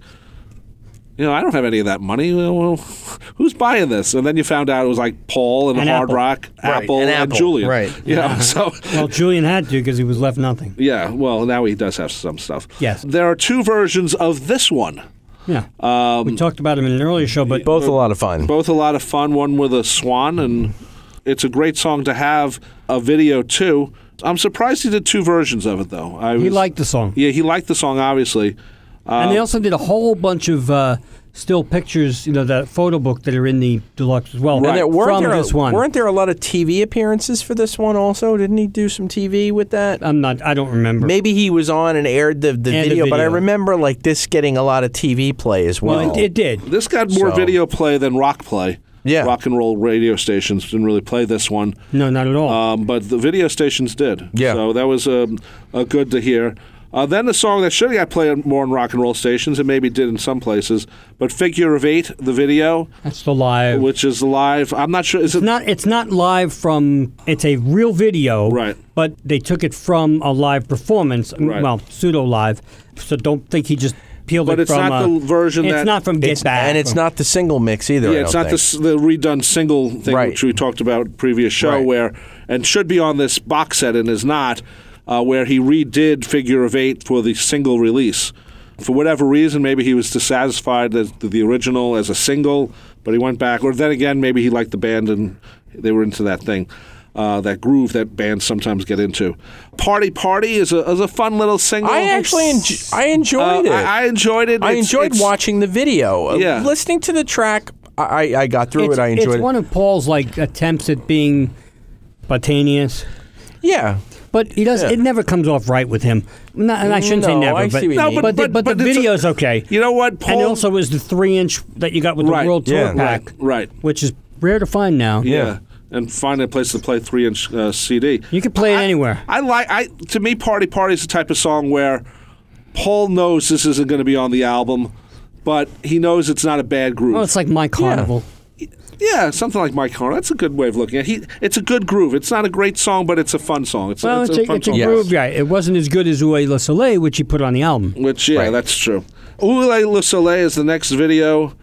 S2: you know, I don't have any of that money. Well, well, who's buying this? And then you found out it was like Paul and,
S4: And
S2: Hard
S4: Apple.
S2: Rock,
S5: Right,
S2: Apple,
S5: and
S2: and,
S5: Apple,
S2: Julian.
S5: right.
S2: You know, so
S4: Well, Julian had to because he was left nothing.
S2: yeah. Well, now he does have some stuff.
S4: Yes.
S2: There are two versions of this one.
S4: Yeah. we talked about him in an earlier show, but
S3: Both a lot of fun.
S2: Um, both a lot of fun. One with a swan, and it's a great song to have a video too. I'm surprised he did two versions of it though. I
S4: he
S2: was-
S4: liked the song.
S2: yeah, he liked the song obviously.
S4: and they also did a whole bunch of uh, still pictures, you know, that photo book that are in the deluxe as well.
S3: And there, weren't
S4: from
S3: there
S4: this
S3: a,
S4: one.
S3: Weren't there a lot of TV appearances for this one also? Didn't he do some TV with that?
S4: I'm not. I don't remember.
S3: Maybe he was on and aired the, the,
S4: Uh, And the
S3: video, but I
S4: video.
S3: remember like this getting a lot of TV play as well.
S4: well, it, it did.
S2: This got more
S3: So-
S2: video play than rock play.
S3: Yeah.
S2: rock and roll radio stations didn't really play this one,
S4: No, not at all.
S2: um, but the video stations did.
S3: Yeah.
S2: so that was um, uh, good to hear. Uh, then the song that should have got played more in rock and roll stations, and maybe did in some places, but "Figure of Eight, the video,
S4: That's the live.
S2: which is live. I'm not sure. Is it
S4: It's not. It's not live from. It's a real video.
S2: Right.
S4: But they took it from a live performance. m-
S2: Right.
S4: Well, pseudo live. So don't think he just peeled
S2: But
S4: it
S2: it's
S4: from.
S2: not
S4: uh,
S2: the version
S4: It's
S2: that-
S4: not from Get
S3: It's-
S4: Back.
S3: and it's
S4: from-
S3: not the single mix either.
S2: Yeah,
S3: I
S2: it's
S3: don't
S2: not the,
S3: think.
S2: s- the redone single thing
S3: Right.
S2: which we talked about previous show,
S3: Right.
S2: where and should be on this box set and is not, uh, where he redid Figure of Eight for the single release. For whatever reason, maybe he was dissatisfied that the original as a single, but he went back. Or then again, maybe he liked the band and they were into that thing, uh, that groove that bands sometimes get into. Party Party is a, is a fun little single.
S3: I actually enj- I
S2: Uh,
S3: enjoyed it.
S2: I, I enjoyed it.
S3: I
S2: It's-
S3: enjoyed
S2: it's-
S3: watching the video. Uh,
S2: Yeah.
S3: Listening to the track, I, I I got through
S4: It's,
S3: it. I enjoyed
S4: it's
S3: it.
S4: one of Paul's like attempts at being spontaneous.
S3: yeah.
S4: But he does.
S3: Yeah.
S4: It never comes off right with him. No, and I shouldn't say
S3: No,
S4: never.
S3: I
S4: but,
S3: see what you
S4: no,
S3: mean.
S4: but, the- but, the
S2: it's a-
S4: video's okay.
S2: You know what, Paul?
S4: and it also is the three inch that you got with
S2: Right,
S4: the World Tour
S3: yeah,
S4: pack,
S2: right.
S4: Which is rare to find now.
S2: Yeah. And find a place to play three inch uh, CD.
S4: You can play it
S2: I-
S4: anywhere.
S2: I like. I to me, Party Party is the type of song where Paul knows this isn't going to be on the album, but he knows it's not a bad groove.
S4: Oh, it's like my carnival.
S2: yeah, something like Mike Horn. That's a good way of looking at. It. He, it's a good groove. It's not a great song, but it's a fun song. It's,
S4: Well,
S2: it's,
S4: it's,
S2: a fun
S4: a, it's a
S2: song.
S3: Yes.
S4: groove, right? It wasn't as good as Ue La Soleil, which he put on the album.
S2: Which yeah,
S3: Right.
S2: that's true. Oulé Le Soleil is the next video.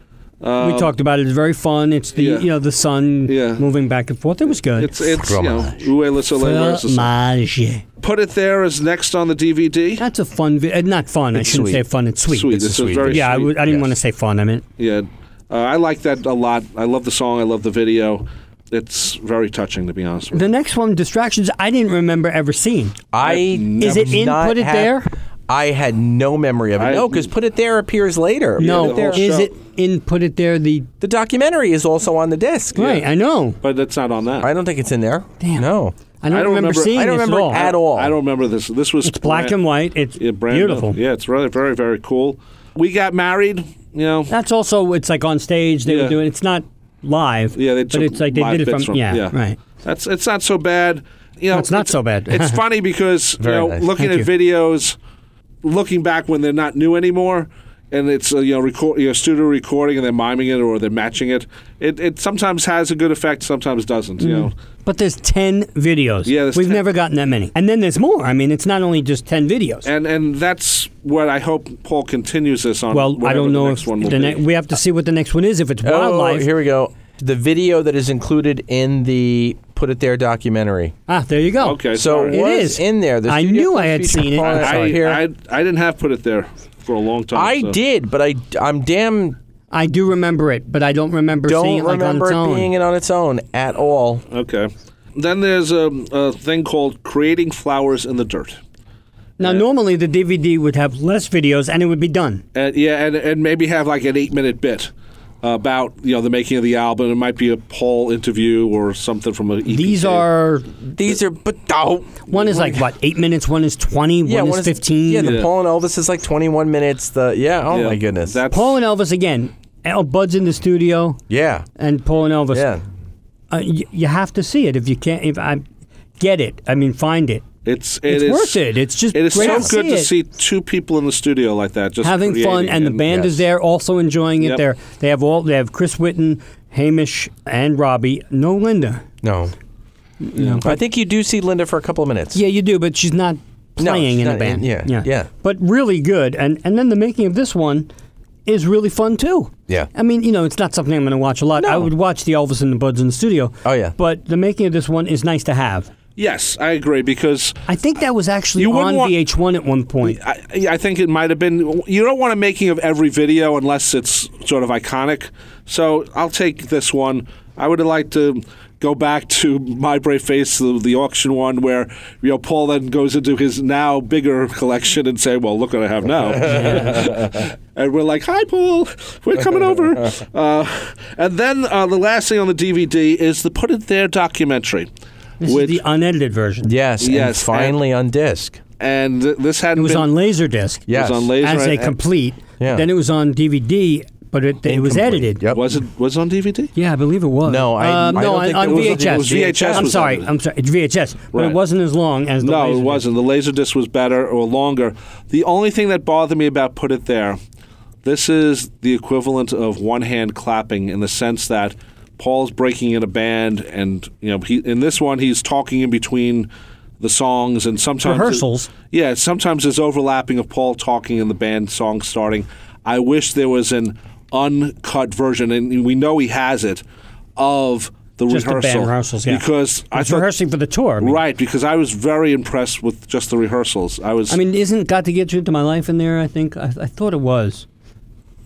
S4: we talked about it. It's very fun. It's the
S2: yeah.
S4: you know the sun
S2: Yeah.
S4: moving back and forth. It was good.
S2: It's it's you know Oulé Le Soleil. wears the-
S4: Fromage.
S2: Put it there is next on the DVD.
S4: That's a fun. Vi- uh, not fun. I
S3: It's
S4: shouldn't
S3: sweet.
S4: say fun. It's sweet.
S2: Sweet.
S3: It's a
S2: It's, a
S3: sweet
S2: very
S4: yeah, I
S2: sweet-
S4: w- I didn't
S3: yes.
S4: want to say fun. I mean,
S2: Yeah, uh, I like that a lot. I love the song. I love the video. It's very touching, to be honest with you.
S4: the next one, distractions. I didn't remember ever seeing.
S3: I
S4: Is it in?
S3: not
S4: Put it
S3: have-
S4: there?
S3: I had no memory of it.
S2: I-
S3: no, because Put It There appears later.
S2: the
S4: No,
S2: whole
S4: is
S2: show.
S4: it in? Put it there. The
S3: The documentary is also on the disc.
S4: right. I know.
S2: but that's not on that.
S3: I don't think it's in there.
S4: Damn.
S3: No.
S4: I don't,
S2: I don't
S4: remember,
S2: remember-
S4: seeing
S3: I don't
S4: this
S3: remember
S4: at all.
S3: at all.
S2: I don't remember this. This was
S4: It's black
S2: brand-
S4: and white. It's
S2: Yeah, brand new.
S4: beautiful.
S2: Yeah, it's really very very cool. We got married. You know.
S4: That's also it's like on stage they
S2: Yeah.
S4: were doing. It's not live.
S2: Yeah, they took
S4: but it's like they
S2: live
S4: did it
S2: bits
S4: from, yeah, right.
S2: That's it's not so bad. You know,
S4: it's not so bad.
S2: it's funny because you
S3: Very
S2: know,
S3: nice.
S2: looking
S4: Thank
S2: at videos, looking back when they're not new anymore, and it's uh, you know record you know, studio recording and they're miming it or they're matching it. It it sometimes has a good effect, sometimes doesn't.
S4: Mm.
S2: You know,
S4: But there's ten videos.
S2: Yeah, there's
S4: we've
S2: 10.
S4: never gotten that many. And then there's more. I mean, it's not only just ten videos.
S2: and and that's what I hope Paul continues this on.
S4: well, I
S2: whatever
S4: don't know
S2: the next
S4: if
S2: one will
S4: the
S2: be.
S4: ne- we have to see what the next one is. If it's
S3: Oh,
S4: wildlife,
S3: here we go. The video that is included in the Put It There documentary.
S4: ah, there you go.
S2: okay,
S3: So
S2: sorry.
S3: it was
S4: is.
S3: in there. The
S4: I
S3: studio
S4: knew I
S3: clips
S4: had
S3: feature
S4: seen it.
S3: Paul
S4: I'm
S3: Allen
S2: I,
S3: here.
S2: I I didn't have put it there for a long time.
S3: I
S2: so.
S3: did, but I I'm damn
S4: I do remember it, but I don't remember seeing
S3: don't
S4: it like on
S3: remember
S4: its
S3: it
S4: own.
S3: being it on its own at all.
S2: Okay. Then there's a, a thing called creating flowers in the dirt.
S4: now, normally the DVD would have less videos and it would be done.
S2: And, yeah, and, and maybe have like an eight minute bit about you know the making of the album. It might be a Paul interview or something from a. E EP
S4: These
S2: tape.
S4: are
S3: These are but oh
S4: one is like what eight minutes, one is twenty,
S3: yeah,
S4: one is fifteen.
S3: Yeah, the Paul and Elvis is like 21 minutes. The yeah, oh
S2: Yeah,
S3: my goodness.
S2: That's,
S4: Paul and Elvis again. El Bud's in the studio,
S3: yeah.
S4: and Paul and Elvis.
S3: Yeah.
S4: uh, y- you have to see it if you can't. If I get it, I mean find it.
S2: it's it
S4: It's
S2: is-
S4: worth it. It's just
S2: It is
S4: great
S2: so
S4: to
S2: good
S4: see
S2: to
S4: it.
S2: see two people in the studio like that, just
S4: having fun,
S2: creating
S4: and the band
S3: yes.
S4: is there also enjoying it.
S2: Yep.
S4: They're they have all they have Chris Whitten, Hamish, and Robbie. No Linda.
S3: No. I think you do see Linda for a couple of minutes.
S4: Yeah, you do, but she's not
S3: No,
S4: playing
S3: she's
S4: in
S3: not
S4: the band.
S3: in- yeah, yeah.
S4: But really good, and and then the making of this one is really fun too.
S3: Yeah.
S4: I mean, you know, it's not something I'm going to watch a lot. I
S3: No.
S4: would watch the Elvis and the Buds in the studio.
S3: Oh, yeah.
S4: But the making of this one is nice to have.
S2: Yes, I agree because
S4: I think that was actually
S2: You wouldn't
S4: on
S2: want-
S4: VH1 at one point.
S2: I, I think it might have been. You don't want a making of every video unless it's sort of iconic. So I'll take this one. I would have liked to go back to My Brave Face, the, the auction one, where you know Paul then goes into his now bigger collection and say, "Well, look what I have now." and we're like, "Hi, Paul, we're coming over." Uh, and then uh, the last thing on the DVD is the Put It There documentary,
S4: This
S2: which
S4: is the unedited version.
S3: Yes.
S2: Yes,
S3: and finally on disc.
S2: and this hadn't
S4: It was
S2: been
S4: on Laserdisc
S3: Yes.
S2: was on laser
S4: as a
S2: and-
S4: complete.
S3: Yeah.
S4: Then it was on DVD, but it, it was
S3: Incomplete.
S4: edited.
S3: Yep.
S2: Was it was it on DVD?
S4: Yeah, I believe it was.
S3: No, I-
S4: um,
S3: I
S4: no,
S3: don't
S4: on,
S3: think
S4: on
S3: it was-
S4: VHS.
S2: it was VHS
S4: I'm
S2: was
S4: sorry.
S2: edited.
S4: I'm sorry. It's VHS, but
S2: Right.
S4: it wasn't as long as the
S2: No, it
S4: Laserdisc.
S2: wasn't. The Laserdisc was better or longer. The only thing that bothered me about Put It There, this is the equivalent of one hand clapping in the sense that Paul's breaking in a band, and you know, he, in this one he's talking in between the songs, and sometimes
S4: Rehearsals.
S2: yeah, sometimes there's overlapping of Paul talking and the band song starting. I wish there was an uncut version, and we know he has it of the
S4: Just the
S2: rehearsal
S4: band rehearsals, yeah.
S2: because
S4: I
S2: I
S4: was
S2: thought-
S4: rehearsing for the tour. I mean,
S2: Right, because I was very impressed with just the rehearsals. I was.
S4: I mean, isn't "Got to Get You Into My Life" in there? I think I, I thought it was.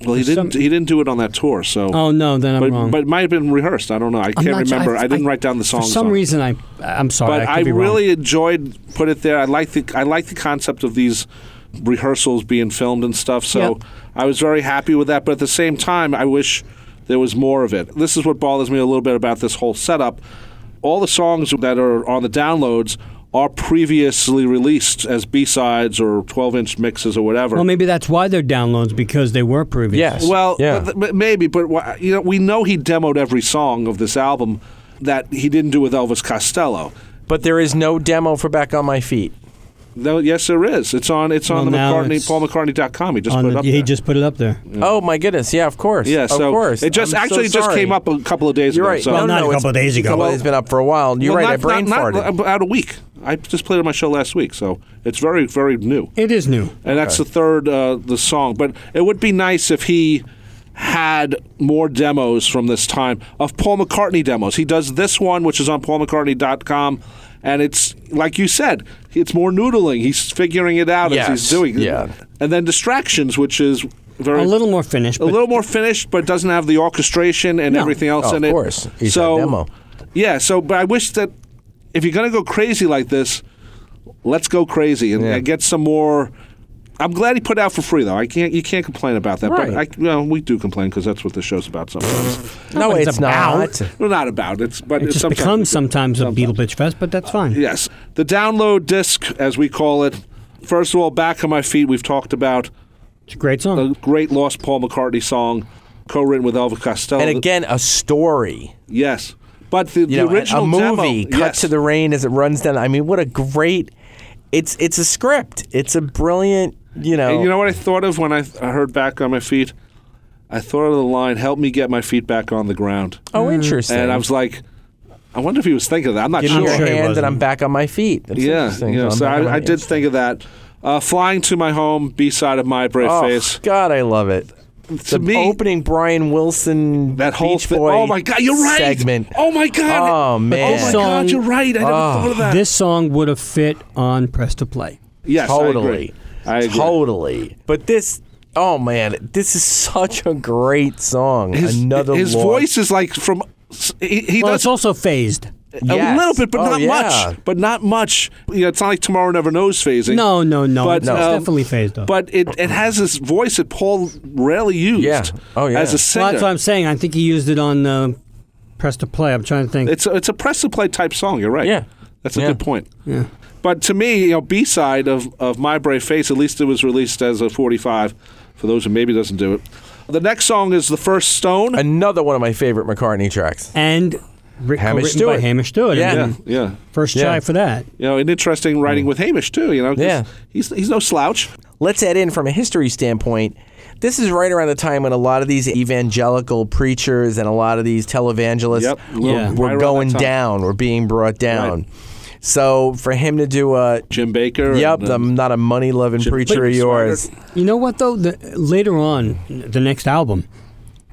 S2: well, he didn't.
S4: some-
S2: he didn't do it on that tour, so.
S4: Oh no, then I'm
S2: but,
S4: wrong.
S2: but it might have been rehearsed. I don't know. I
S4: I'm
S2: can't
S4: not-
S2: remember. I, didn't write down the songs.
S4: For some
S2: on it.
S4: reason, I I'm sorry.
S2: But
S4: I, could
S2: I,
S4: be wrong.
S2: really enjoyed put it there. I like the I like the concept of these rehearsals being filmed and stuff. So
S4: Yep.
S2: I was very happy with that. But at the same time, I wish there was more of it. This is what bothers me a little bit about this whole setup. All the songs that are on the downloads are previously released as B sides or twelve inch mixes or whatever.
S4: Well, maybe that's why they're downloads because they were previous.
S3: Yes.
S2: Well,
S3: Yeah.
S2: but th- but maybe, but wha- you know, we know he demoed every song of this album that he didn't do with Elvis Costello.
S3: But there is no demo for Back on My Feet.
S2: No, yes, there is. It's on. It's on
S4: Well,
S2: the
S4: now
S2: McCartney,
S4: it's-
S2: Paul McCartney.com. He just
S4: On
S2: put it
S4: the,
S2: up.
S4: he
S2: there.
S4: just put it up there.
S3: Oh my goodness! Yeah, of course.
S2: Mm. yeah.
S3: of
S2: So
S3: course.
S2: it just
S3: I'm so
S2: actually just
S3: sorry.
S2: came up a couple of days
S3: You're
S2: ago.
S3: right.
S2: So.
S4: Well,
S3: no,
S4: not
S3: no,
S4: a
S3: it's-
S4: couple of days ago.
S3: Well, it's been up for a while. You're
S2: Well,
S3: right.
S2: Not,
S3: I brain
S2: not,
S3: farted.
S2: not about a week. I just played it on my show last week, so it's very, very new.
S4: It is new.
S2: and that's the third uh, the song. But it would be nice if he had more demos from this time of Paul McCartney demos. He does this one, which is on PaulMcCartney.com, and it's like you said, it's more noodling. He's figuring it out
S3: Yes,
S2: as he's doing. it.
S3: yeah.
S2: and then distractions, which is very
S4: A little more finished.
S2: a
S4: but
S2: little more finished, but doesn't have the orchestration and
S4: No.
S2: everything else
S3: Oh,
S2: in
S3: of
S2: it.
S3: course. He's
S2: so,
S3: a demo.
S2: Yeah, so but I wish that if you're going to go crazy like this, let's go crazy and, and get some more I'm glad he put it out for free though. I can't you can't complain about that.
S3: Right.
S2: But I, well, we do complain because that's what the show's about sometimes.
S3: No,
S4: it's
S3: it's,
S4: about.
S3: not.
S2: well, not about it's but
S4: It
S2: it's
S4: just
S2: sometimes
S4: becomes sometimes a Beetle Bitch Fest, but
S2: Uh,
S4: that's fine.
S2: Yes. The download disc, as we call it. First of all, Back on My Feet, we've talked about
S4: It's a great song.
S2: a great lost Paul McCartney song co written with Elvis Costello.
S3: And again, a story.
S2: yes. But the,
S3: You
S2: the
S3: know, a-
S2: original
S3: a movie
S2: demo,
S3: cut
S2: yes.
S3: to the rain as it runs down. I mean, what a great! It's it's a script. It's a brilliant. You know.
S2: And you know what I thought of when I, I heard Back on My Feet? I thought of the line, Help me get my feet back on the ground.
S3: oh, interesting.
S2: And I was like, I wonder if he was thinking of that. I'm not
S3: Give
S2: sure.
S3: me your
S4: sure he
S3: hand,
S4: wasn't.
S3: and I'm back on my feet. That's
S2: Yeah,
S3: interesting.
S2: you know,
S3: I'm
S2: so
S3: back on my
S2: I, I
S3: feet.
S2: did think of that. Uh, flying to my home, B side of my brave
S3: Oh
S2: face.
S3: God, I love it.
S2: To
S3: the
S2: me-
S3: opening Brian Wilson
S2: That whole
S3: Beach
S2: thi-
S3: Boy
S2: Oh my God, you're right.
S3: segment.
S2: Oh my God.
S3: Oh, man.
S2: Oh my
S4: Song-
S2: God, you're right. I never thought of that.
S4: This song would have fit on Press to Play.
S2: yes,
S3: totally,
S2: I agree. I agree.
S3: totally. But this, oh man, this is such a great song.
S2: His,
S3: Another
S2: his
S3: lost-
S2: voice is like from. He, he
S4: Well,
S2: does
S4: it's also phased.
S2: a
S3: Yes.
S2: little bit, but
S3: Oh,
S2: not
S3: yeah.
S2: much. But not much. You know, it's not like tomorrow never knows phasing.
S4: No, no, no.
S2: But,
S4: it's,
S2: um,
S4: it's definitely phased though.
S2: But it, it has this voice that Paul rarely used.
S3: Yeah. Oh, yeah.
S2: As a singer,
S4: well, that's what I'm saying. I think he used it on uh, Press to Play. I'm trying to think.
S2: it's a, it's a press to play type song. You're right.
S3: Yeah.
S2: that's a
S3: Yeah.
S2: good point. Yeah. But to me, you know, B side of of My Brave Face, at least it was released as a 45. For those who maybe doesn't do it, the next song is the first Stone.
S3: Another one of my favorite McCartney tracks.
S4: and
S3: Hamish
S4: writ- co-written by
S3: Stewart.
S4: Hamish Stewart.
S3: Yeah.
S4: I
S2: yeah,
S4: mean,
S2: yeah.
S4: First
S3: Yeah.
S4: try for that.
S2: You know, and interesting writing with Hamish too. You know, 'cause
S3: Mm. Yeah.
S2: he's he's no slouch.
S3: Let's add in from a history standpoint. This is right around the time when a lot of these evangelical preachers and a lot of these televangelists
S2: Yep.
S3: were,
S4: Yeah.
S3: were
S2: Right around
S3: going
S2: that time.
S3: down, were being brought down. So for him to do a
S2: Jim Baker.
S3: Yep,
S2: and, uh,
S4: Mm-hmm.
S3: I'm not a money loving preacher of
S2: Baker's
S3: yours.
S4: You know what though? The, later on, the next album,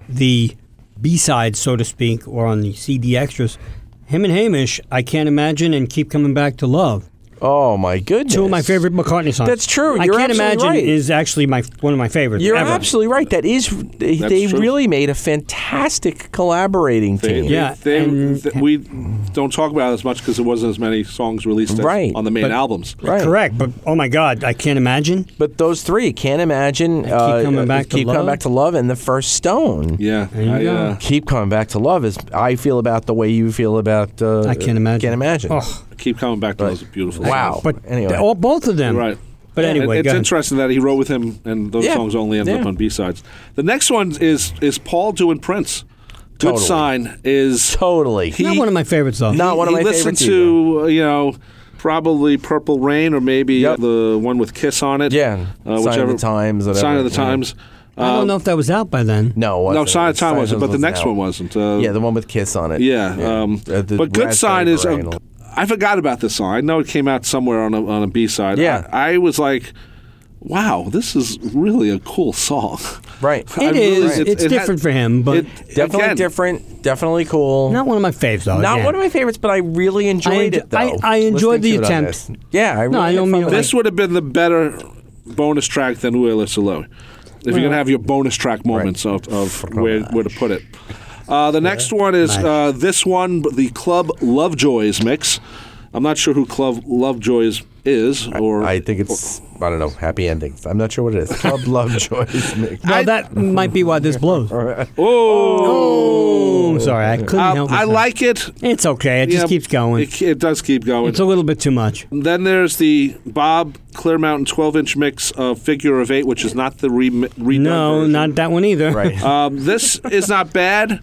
S4: the B side, so to speak, or on the CD extras, him and Hamish, I can't imagine, and keep coming back to love.
S3: Oh my goodness.
S4: Two of my favorite McCartney songs.
S3: That's true.
S4: I
S3: You're
S4: can't
S3: absolutely
S4: imagine
S3: right.
S4: is actually my one of my favorites.
S3: You're
S4: ever.
S3: absolutely right. That is they, they
S2: true.
S3: really made a fantastic collaborating
S2: They-
S3: team.
S2: they-
S4: Yeah,
S2: they-
S4: and-
S2: th- we don't talk about it as much because there wasn't as many songs released as-
S3: Right,
S2: on the main
S4: but-
S2: albums.
S3: Right.
S4: correct. But oh my God, I can't imagine.
S3: But those three, can't imagine uh,
S4: Coming
S3: uh,
S4: Back to
S3: keep
S4: Love.
S3: coming back to love and the first stone.
S2: Yeah,
S4: you
S2: I,
S4: go.
S2: uh,
S3: Keep coming back to love is I feel about the way you feel about. Uh,
S4: I can't imagine.
S3: Can't imagine.
S4: Oh,
S2: keep coming back to those beautiful.
S3: Wow.
S2: songs.
S4: but
S3: Anyway.
S4: anyway, all both of them.
S2: Right.
S4: But
S2: And
S4: anyway,
S2: it's
S4: go ahead.
S2: interesting that he wrote with him, and those
S3: Yeah.
S2: songs only ended
S3: Yeah.
S2: up on B sides. The next one is is Paul doing Prince. Good
S3: Totally.
S2: sign is
S3: Totally.
S2: He-
S4: Not one of my favorites though.
S3: Not one of
S2: he
S3: my
S2: listened
S3: favorites
S2: to uh, you know probably Purple Rain or maybe
S3: Yep.
S2: the one with Kiss on it. Uh,
S3: Yeah. Sign of the Times, whatever.
S2: Sign of the
S3: Yeah.
S2: Times.
S4: I
S2: Um,
S4: don't know if that was out by then.
S3: no, it
S2: No,
S3: wasn't.
S2: Sign of the Time wasn't, but the next
S3: out.
S2: one wasn't. Uh,
S3: Yeah, the one with Kiss on it.
S2: Yeah. Um,
S3: Uh, the
S2: but Good Sign
S3: Raspberry
S2: is. A,
S3: Beret.
S2: I forgot about this song. I know it came out somewhere on a, on a B side.
S3: Yeah.
S2: I, I was like, wow, this is really a cool song.
S3: Right.
S2: I
S4: It
S2: really-
S4: is.
S2: it-
S4: it's
S2: it had-
S4: different for him, but
S2: It-
S3: Definitely
S2: again,
S3: different. Definitely cool.
S4: not one of my faves though.
S3: Not
S4: yeah.
S3: one of my favorites, but I really enjoyed
S4: enjo-
S3: it though.
S4: I- I
S3: listening
S4: enjoyed the
S3: to it on
S4: attempt.
S3: this. Yeah, I really
S4: No, I
S3: had
S4: don't
S3: fun
S4: mean
S3: with
S4: like-
S2: This would have been the better bonus track than Uwe Lips Alone. If you're going to have your bonus track moments of, of where, where to put it. Uh, the next one is uh, this one, but the Club Lovejoys mix. I'm not sure who Club Lovejoys is, or
S3: I think it's I don't know. Happy endings. I'm not sure what it is. Club Lovejoy. is mixed.
S4: Well, that might be why this blows.
S2: oh,
S4: Oh, I'm sorry, I couldn't
S2: Um,
S4: help.
S2: I
S4: myself.
S2: like it.
S4: It's okay. It
S2: Yeah,
S4: just keeps going.
S2: It, it does keep going.
S4: it's a little bit too much.
S2: Then there's the Bob Clear Mountain 12 inch mix of Figure of Eight, which is not the re- redone
S4: No,
S2: version.
S4: not that one either.
S3: Right.
S2: Um, this is not bad,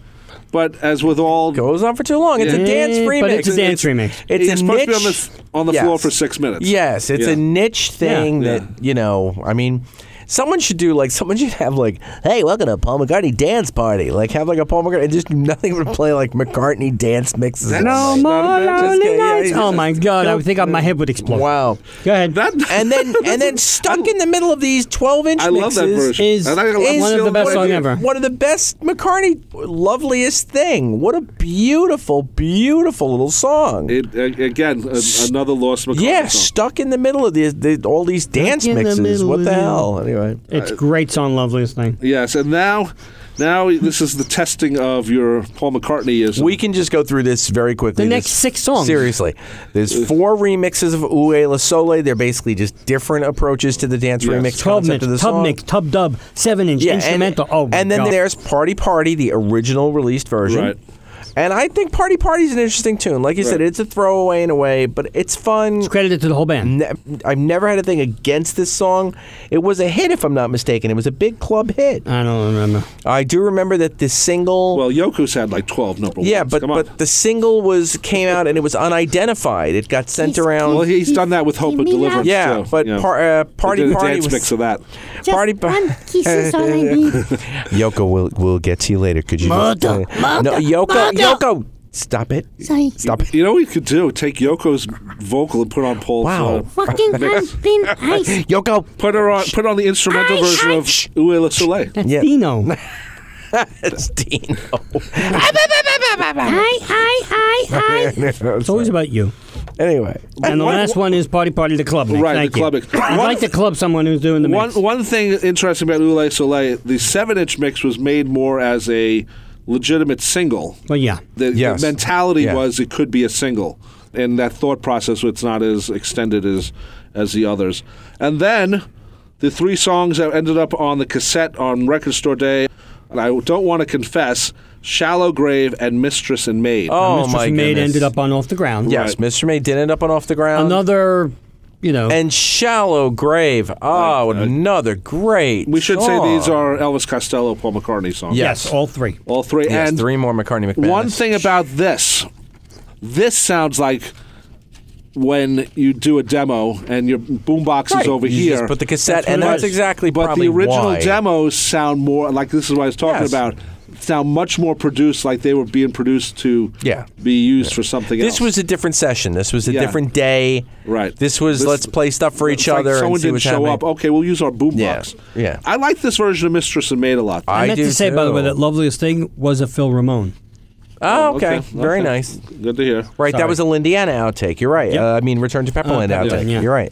S2: but as with all,
S3: Goes on for too long. It's
S4: Yeah,
S3: a dance remix.
S4: but it's a dance remix.
S3: It's, a
S2: supposed to
S3: niche.
S2: be on the, f- on the
S3: Yes.
S2: floor for six minutes.
S3: Yes, it's
S2: Yeah.
S3: a niche thing
S2: Yeah.
S3: that you know. I mean, someone should do like someone should have like, hey, welcome to Paul McCartney dance party. Like have like a Paul McCartney and just do nothing but play like McCartney dance mixes.
S2: That's-
S4: No
S2: It's
S4: more
S2: not a bad-
S3: Just
S4: lonely
S3: kidding. Yeah,
S4: nights.
S3: it's
S4: Oh
S3: just-
S4: my God! I would think my head would explode.
S3: Wow.
S4: Go ahead.
S2: That,
S3: And then and then stuck in the middle of these 12 inch
S2: I love that version.
S4: is-
S2: And I- I'm
S4: is one of
S2: still-
S4: the best
S2: what
S4: song
S2: is it?
S4: ever.
S3: One of the best McCartney, loveliest thing. What a beautiful, beautiful little song.
S2: It, a- again, a, another lost McCartney
S3: yeah,
S2: song.
S3: stuck in the middle of the, the all these dance
S4: in the
S3: mixes.
S4: middle
S3: What
S4: of
S3: the
S4: the-
S3: hell? anyway.
S4: It's great song, loveliest thing.
S2: Yes, and now, now this is the testing of your Paul McCartneyism.
S3: We can just go through this very quickly.
S4: The next
S3: There's-
S4: six songs.
S3: Seriously. There's four remixes of Ue La Sole. They're basically just different approaches to the dance
S2: Yes.
S3: remix
S4: 12
S3: concept
S4: minutes,
S3: of the
S4: tub
S3: song.
S4: mix, tub dub, 7 inch,
S3: Yeah,
S4: instrumental.
S3: And,
S4: oh, my
S3: and then
S4: God.
S3: there's Party Party, the original released version.
S2: Right.
S3: And I think Party Party's an interesting tune. Like you said,
S2: Right.
S3: it's a throwaway in a way, but it's fun.
S4: credited to the whole band.
S3: Ne- I've never had a thing against this song. It was a hit, if I'm not mistaken. It was a big club hit.
S4: I don't remember.
S3: I do remember that the single.
S2: well, Yoko's had like twelve number ones.
S3: yeah, but
S2: Come on.
S3: but the single was came out and it was unidentified. It got sent around.
S2: well, he's done that with Hope of Deliverance.
S3: yeah,
S2: too,
S3: but
S2: you know.
S3: par- uh, party
S2: He did a
S3: party
S2: dance
S3: was
S2: mix of that.
S6: Just
S3: Party pa-
S6: one kisses all I need.
S3: Yoko. We'll we'll get to you later. Could you
S6: Murder,
S3: just, uh, no,
S6: murder,
S3: Yoko?
S6: murder.
S3: Yoko, stop it!
S6: Sorry.
S3: Stop it!
S2: You know what you could do? Take Yoko's vocal and put on Paul's.
S3: Wow.
S2: uh,
S6: Walking on thin ice.
S3: Yoko.
S2: put her on. Put on the instrumental
S6: Shh.
S2: version of
S6: Shh.
S2: Ue La Soleil.
S4: That's
S3: Yeah.
S4: Dino.
S3: That's Dino.
S6: I, I, I, I.
S4: It's always about you.
S3: anyway,
S4: And the
S2: One-
S4: last one is Party Party, the club mix.
S2: Right, the
S4: Thank
S2: club
S4: you.
S2: mix.
S4: I
S2: One-
S4: like the club someone who's doing the
S2: One
S4: mix.
S2: one thing interesting about Ue La Soleil, the seven-inch mix was made more as a legitimate single.
S4: Well, yeah.
S2: The, the
S3: Yes.
S2: mentality
S3: Yeah.
S2: was it could be a single, and that thought process was not as extended as as the others. And then the three songs that ended up on the cassette on Record Store Day, and I don't want to confess, "Shallow Grave" and "Mistress and Maid."
S3: oh
S4: Mistress
S3: my
S4: and Maid
S3: goodness.
S4: ended up on Off the Ground.
S3: Yes, Mr. May did end up on off the ground.
S4: Another, you know.
S3: and shallow grave. Oh, another great.
S2: we should
S3: song.
S2: say these are Elvis Costello, Paul McCartney songs.
S3: Yeah.
S4: yes, all three.
S2: all three.
S3: Yes,
S2: and
S3: three more McCartney McManus.
S2: One thing about this, this sounds like when you do a demo and your boombox
S3: Right.
S2: is over
S3: you
S2: here.
S3: Just put the cassette,
S4: That's
S3: and
S4: what it
S3: that's
S4: is.
S3: exactly
S2: but
S3: probably
S2: the original
S3: why.
S2: demos sound more like this is what I was talking
S3: Yes.
S2: about. Sound much more produced, like they were being produced to
S3: Yeah.
S2: be used for something else.
S3: This was a different session. This was a
S2: Yeah.
S3: different day.
S2: Right.
S3: This was
S2: This-
S3: let's play stuff for
S2: It's
S3: each
S2: like
S3: other.
S2: Someone
S3: and see
S2: didn't
S3: what's
S2: show
S3: happening.
S2: up. Okay, we'll use our boombox.
S3: Yeah. Yeah.
S2: I like this version of Mistress and Maid a lot.
S3: I
S4: I, meant
S3: do
S4: to say, by the way,
S3: too.
S4: that loveliest thing was a Phil Ramone.
S3: Oh, okay. Very
S2: okay.
S3: nice.
S2: Good to hear.
S3: Right, that
S4: Sorry.
S3: was a Lindiana outtake. You're right.
S4: Yep.
S3: Uh, I mean, Return to Pepperland
S4: Pepperland,
S3: outtake.
S4: yeah.
S3: You're right.